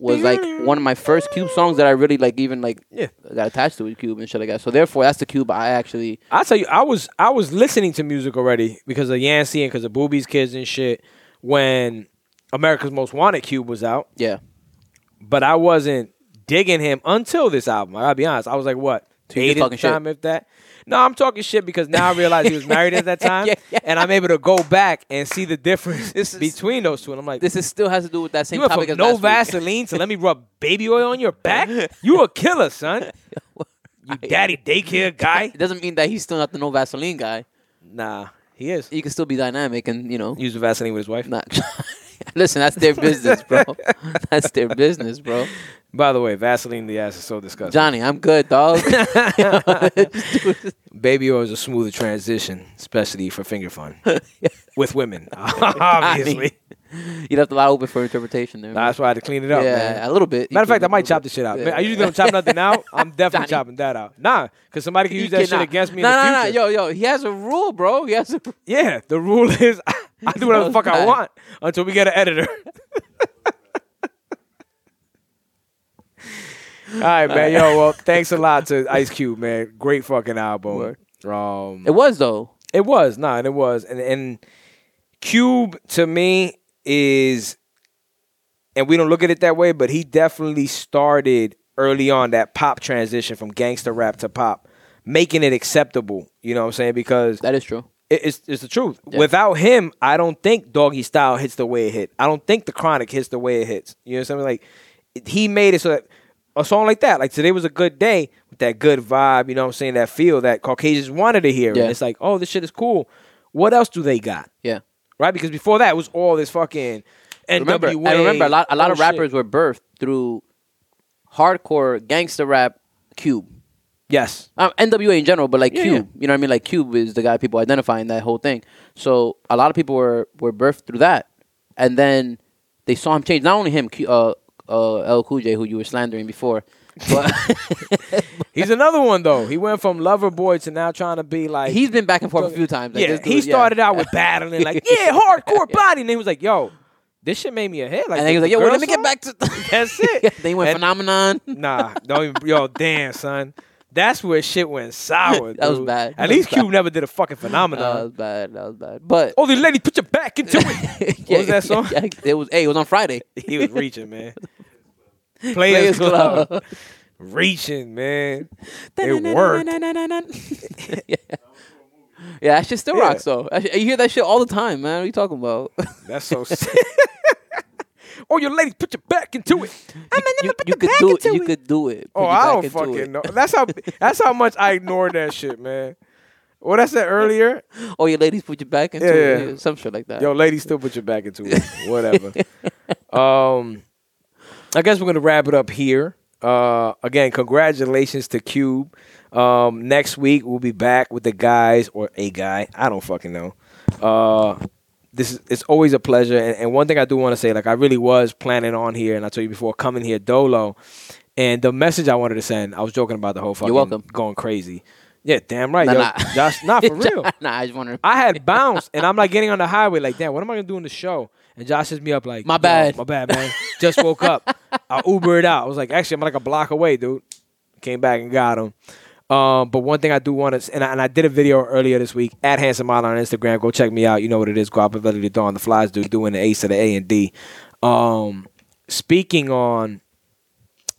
S3: Was like one of my first Cube songs that I really like, even like
S2: Yeah.
S3: got attached to with Cube and shit like that. So therefore, that's the Cube I actually
S2: I tell you, I was I was listening to music already because of Yancey and because of Booby's Kids and shit when America's Most Wanted Cube was out.
S3: yeah.
S2: but I wasn't digging him until this album. I gotta be honest. I was like, what?
S3: you
S2: eight
S3: just
S2: at the
S3: talking shit.
S2: time, if that. No, I'm talking shit because now I realize he was married at that time,
S3: Yeah, yeah.
S2: and I'm able to go back and see the difference
S3: This is-
S2: between those two. And I'm like,
S3: This is still has to do with that same
S2: you went
S3: topic
S2: from
S3: as
S2: no
S3: last week.
S2: Vaseline to let me rub baby oil on your back. You a killer, son. You daddy daycare guy.
S3: It doesn't mean that he's still not the no Vaseline guy.
S2: Nah, he is.
S3: He can still be dynamic and you know
S2: Use the Vaseline with his wife.
S3: not. Listen, that's their business, bro. that's their business, bro.
S2: By the way, Vaseline in the ass is so disgusting.
S3: Johnny, I'm good, dog.
S2: Baby oil is a smoother transition, especially for finger fun with women, obviously.
S3: you left a lot open for interpretation there.
S2: Nah, that's why I had to clean it up,
S3: yeah,
S2: man.
S3: a little bit.
S2: Matter of
S3: You
S2: fact, I
S3: could-
S2: might chop this shit out.
S3: Yeah.
S2: Man, I usually don't chop nothing out. I'm definitely
S3: Johnny.
S2: chopping that out. Nah, because somebody can
S3: You
S2: use that shit
S3: cannot-
S2: against me
S3: Nah,
S2: in the
S3: nah,
S2: future.
S3: nah, yo, yo, he has a rule, bro. He has a.
S2: Yeah, the rule is I, do whatever the
S3: No,
S2: fuck I
S3: nah.
S2: want until we get an editor. All right, man. Yo, well, thanks a lot to Ice Cube, man. Great fucking album. Um,
S3: It was though.
S2: It was not. It was, and and Cube to me is, and we don't look at it that way, but he definitely started early on that pop transition from gangster rap to pop, making it acceptable. You know what I'm saying? Because
S3: That is true.
S2: it- it's it's the truth. Without him, I don't think Doggy Style hits the way it hit. I don't think the Chronic hits the way it hits. You know what I'm saying? Like it- he made it so that a song like that, like today was a good day with that good vibe. You know what I'm saying? That feel that Caucasians wanted to hear.
S3: Yeah.
S2: And it's like, oh, this shit is cool. What else do they got?
S3: Yeah.
S2: Right? Because before that it was all this fucking. NWA,
S3: remember, I remember a lot. A
S2: oh,
S3: lot of rappers were birthed through hardcore gangster rap. Cube,
S2: Yes.
S3: um, NWA in general, but like
S2: Yeah,
S3: Cube,
S2: yeah.
S3: you know what I mean? Like Cube is the guy people identify in that whole thing. So a lot of people were were birthed through that, and then they saw him change. Not only him, Q, uh, uh, L Cool J, who you were slandering before, but
S2: He's another one though. He went from lover boy to now trying to be like
S3: he's been back and forth a few times. Like,
S2: yeah,
S3: this
S2: he
S3: dude- yeah.
S2: started out with battling like yeah, hardcore body, and then he was like, "Yo, this shit made me a hit." Like,
S3: and then he was
S2: the
S3: like, "Yo, well,
S2: girl
S3: let me get
S2: song?
S3: back to."
S2: That's it.
S3: they went
S2: And-
S3: phenomenon.
S2: Nah, don't even. Yo, damn, son. that's where shit went sour.
S3: That was
S2: dude.
S3: bad.
S2: At
S3: That
S2: least
S3: was bad. Uh,
S2: Cube never did a fucking
S3: That was
S2: phenomenon.
S3: bad. That was bad. But
S2: oh, the lady, put your back into it.
S3: yeah,
S2: was that song?
S3: yeah, it was. Hey, it was on Friday.
S2: he was reaching, man. Players,
S3: Players
S2: Club.
S3: Club.
S2: reaching, man. It worked.
S3: yeah. yeah, that shit still
S2: Yeah.
S3: rocks though. That shit- You hear that shit all the time, man. What are you talking about?
S2: That's so sick. oh, your lady, put your back into it. I'm
S3: you you could do it. You could do it. Put
S2: Oh,
S3: your
S2: I
S3: back
S2: don't
S3: into
S2: fucking
S3: it.
S2: know. That's how. That's how much I ignored that shit, man. What I said earlier,
S3: Oh, your ladies put your back into
S2: Yeah,
S3: it.
S2: yeah.
S3: Yeah, Some shit like that.
S2: yo, lady, still put your back into it. Whatever. um, I guess we're gonna wrap it up here. Uh, again, congratulations to Cube. Um, next week we'll be back with the guys or a guy. I don't fucking know. Uh, this is it's always a pleasure. And, and one thing I do want to say, like I really was planning on here, and I told you before coming here, Dolo. And the message I wanted to send, I was joking about the whole fucking
S3: welcome.
S2: going crazy. Yeah, damn right,
S3: Nah,
S2: yo,
S3: nah.
S2: Josh. Not for real.
S3: nah, I just wonder.
S2: I had bounced, and I'm like getting on the highway, like, damn, what am I gonna do in the show? And Josh hits me up, like,
S3: My
S2: yo,
S3: bad.
S2: my bad, man. Just woke up. I Ubered out. I was like, actually, I'm like a block away, dude. Came back and got him. Um, but one thing I do want to, and I, and I did a video earlier this week at Handsome Model on Instagram. Go check me out. You know what it is. Guapa Velody Dawn, the Flies dude, doing the ace of the A and D. Um, speaking on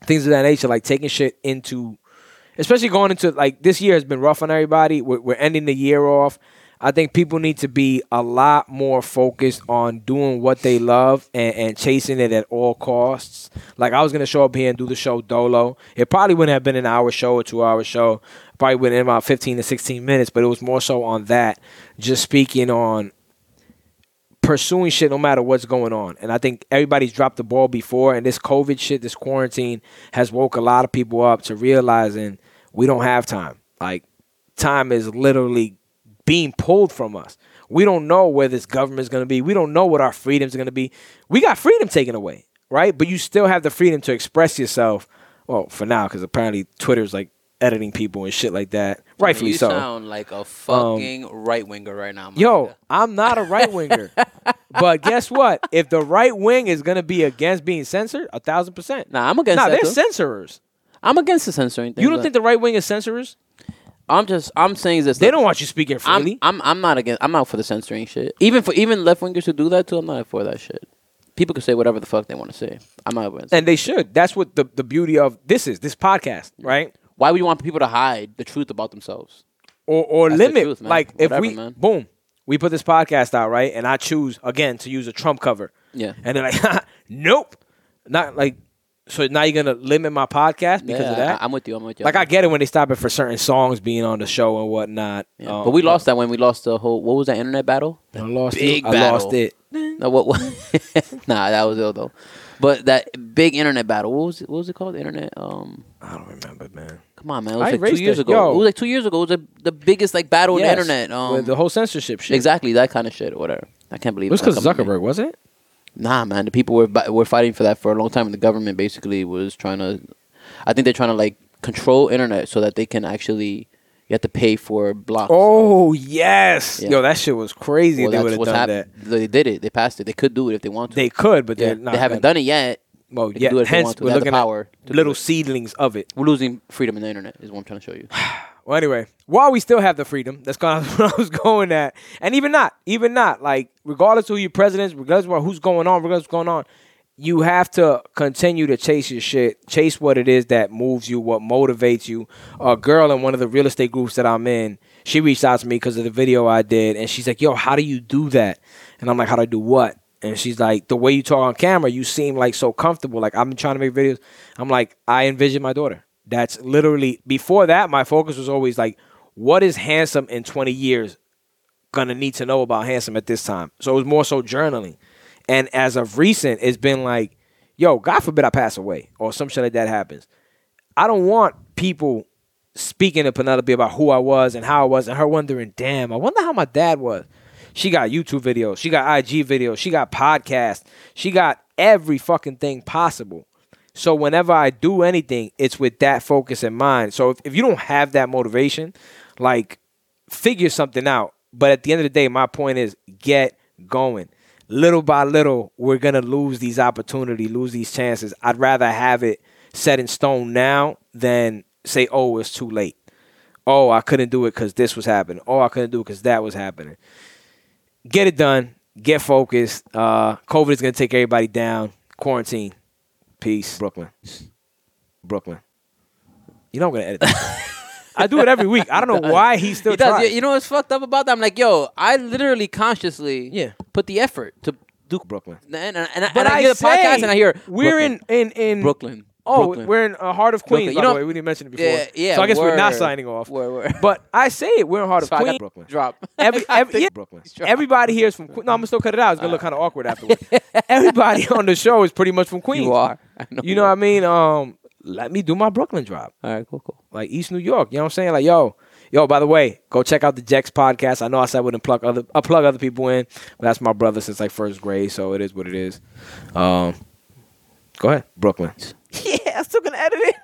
S2: things of that nature, like taking shit into, especially going into like this year has been rough on everybody. We're, we're ending the year off. I think people need to be a lot more focused on doing what they love and, and chasing it at all costs. Like I was gonna show up here and do the show Dolo. It probably wouldn't have been an hour show or two hour show. Probably wouldn't have been about fifteen to sixteen minutes, but it was more so on that, just speaking on pursuing shit no matter what's going on. And I think everybody's dropped the ball before, and this COVID shit, this quarantine has woke a lot of people up to realizing we don't have time. Like, time is literally being pulled from us. We don't know where this government's going to be. We don't know what our freedom's going to be. We got freedom taken away, right? But you still have the freedom to express yourself. Well, for now, because apparently Twitter's like editing people and shit like that. Rightfully
S3: you
S2: so. Um,
S3: sound like a fucking right winger right now. my
S2: Yo,
S3: nigga.
S2: I'm not a right winger. but guess what? If the right wing is gonna be against being censored, a thousand percent.
S3: Nah, I'm against
S2: Nah,
S3: that.
S2: they're
S3: too.
S2: censorers.
S3: I'm against the censoring thing.
S2: You don't
S3: but
S2: think the right wing is censorers?
S3: I'm just. I'm saying this.
S2: They don't want you speaking
S3: I'm,
S2: freely.
S3: I'm I'm not against. I'm out for the censoring shit. Even for even left wingers who do that too, I'm not for that shit. People can say whatever the fuck they want to say. I'm not against. it.
S2: and they should. That's what the, the beauty of this is, this podcast, right?
S3: Why would you want people to hide the truth about themselves?
S2: Or or
S3: That's the
S2: limit.
S3: truth, man.
S2: like if
S3: Whatever,
S2: we
S3: man.
S2: boom, we put this podcast out, right? And I choose again to use a Trump cover.
S3: Yeah.
S2: And they're like, nope. Not like so now you're gonna limit my podcast because
S3: Yeah,
S2: of that?
S3: I, am with you. I'm with you.
S2: like I get it when they stop it for certain songs being on the show and whatnot.
S3: Yeah.
S2: Um,
S3: but we lost that when we lost the whole. What was that internet battle?
S2: I lost
S3: Big
S2: it. I lost
S3: battle.
S2: it.
S3: No, what? what nah, that was ill though. But that big internet battle. What was it, what was it called? Internet. Um,
S2: I don't remember, man.
S3: come on, man. It
S2: I
S3: was like
S2: erased
S3: two years
S2: it.
S3: ago.
S2: Yo.
S3: It was like two years ago. It was the, the biggest like battle on the internet. Um,
S2: With the whole censorship shit.
S3: exactly that kind of shit or whatever. I can't believe
S2: It was
S3: that
S2: because
S3: company.
S2: Zuckerberg, wasn't it?
S3: Nah, man. The people were bu- were fighting for that for a long time, and the government basically was trying to. I think they're trying to like control internet so that they can actually. You have to pay for blocks.
S2: Oh yes,
S3: Yeah.
S2: yo, that shit was crazy.
S3: Well,
S2: if they
S3: that's
S2: would have
S3: what's
S2: done
S3: hap-
S2: that.
S3: They did it. They passed it. They could do it if they want to.
S2: They could, but
S3: yeah,
S2: they're not.
S3: they haven't
S2: gonna-
S3: done it yet.
S2: Well,
S3: They can
S2: yeah.
S3: do it if they
S2: hence,
S3: want to.
S2: we're
S3: They have the
S2: looking
S3: power to
S2: at
S3: do
S2: little
S3: it.
S2: seedlings of it.
S3: We're losing freedom in the internet. Is what I'm trying to show you.
S2: Well, anyway, while we still have the freedom, that's kind of what I was going at. And even not, even not, like, regardless of who your president is, regardless of who's going on, regardless of what's going on, you have to continue to chase your shit, chase what it is that moves you, what motivates you. A girl in one of the real estate groups that I'm in, she reached out to me because of the video I did, and she's like, yo, how do you do that? And I'm like, how do I do what? And she's like, the way you talk on camera, you seem like so comfortable. Like, I've been trying to make videos. I'm like, I envision my daughter. That's literally before that, my focus was always like, what is handsome in 20 years gonna need to know about handsome at this time? So it was more so journaling. And as of recent, it's been like, yo, God forbid I pass away or some shit like that happens. I don't want people speaking to Penelope about who I was and how I was and her wondering, damn, I wonder how my dad was. She got YouTube videos, she got IG videos, she got podcasts, she got every fucking thing possible. So whenever I do anything, it's with that focus in mind. So if, if you don't have that motivation, like figure something out. But at the end of the day, my point is get going. Little by little, we're gonna lose these opportunity, lose these chances. I'd rather have it set in stone now than say, "Oh, it's too late." Oh, I couldn't do it because this was happening. Oh, I couldn't do it because that was happening. Get it done. Get focused. Uh, COVID is gonna take everybody down. Quarantine. Peace. Brooklyn. Brooklyn. You know I'm gonna edit. That. I do it every week. I don't know why he still
S3: He does.
S2: tries.
S3: You, you know what's fucked up about that? I'm like, yo, I literally consciously
S2: Yeah.
S3: put the effort to do
S2: Brooklyn.
S3: and, and, and, I- and I, hear the podcast and I hear
S2: we're
S3: Brooklyn,
S2: in in in
S3: Brooklyn.
S2: Oh,
S3: Brooklyn.
S2: we're in uh, Heart of Queens.
S3: Brooklyn. You
S2: By
S3: know-
S2: the way, we didn't mention it before.
S3: Yeah, yeah,
S2: So I guess we're not
S3: word.
S2: signing off.
S3: Word, word.
S2: But I say it. We're in Heart of
S3: So I
S2: Queens.
S3: got drop.
S2: Every, every, yeah, Everybody here is from Queens. No, I'm gonna still cut it out. It's gonna look kind of awkward afterwards. Everybody on the show is pretty much from Queens.
S3: you are. I know.
S2: You know what I mean? Um, let me do my Brooklyn drop
S3: All right, cool, cool.
S2: like East New York. You know what I'm saying? Like, yo, yo. By the way, go check out the Jex podcast. I know I said I wouldn't plug other, I plug other people in, but that's my brother since like first grade, so it is what it is. Um, go ahead, Brooklyn. yeah, I'm still gonna edit it.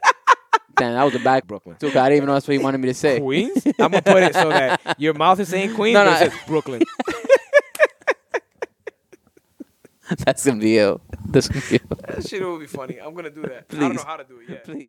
S3: Damn, that was a back.
S2: Brooklyn.
S3: Dude, I didn't even know that's what you wanted me to say.
S2: Queens. I'm gonna put it so that your mouth is saying Queens,
S3: No,
S2: but
S3: no.
S2: it says Brooklyn.
S3: That's gonna be ill. That's gonna be ill.
S2: that shit would be funny. I'm gonna do that.
S3: Please.
S2: how to do it yet.
S3: Please.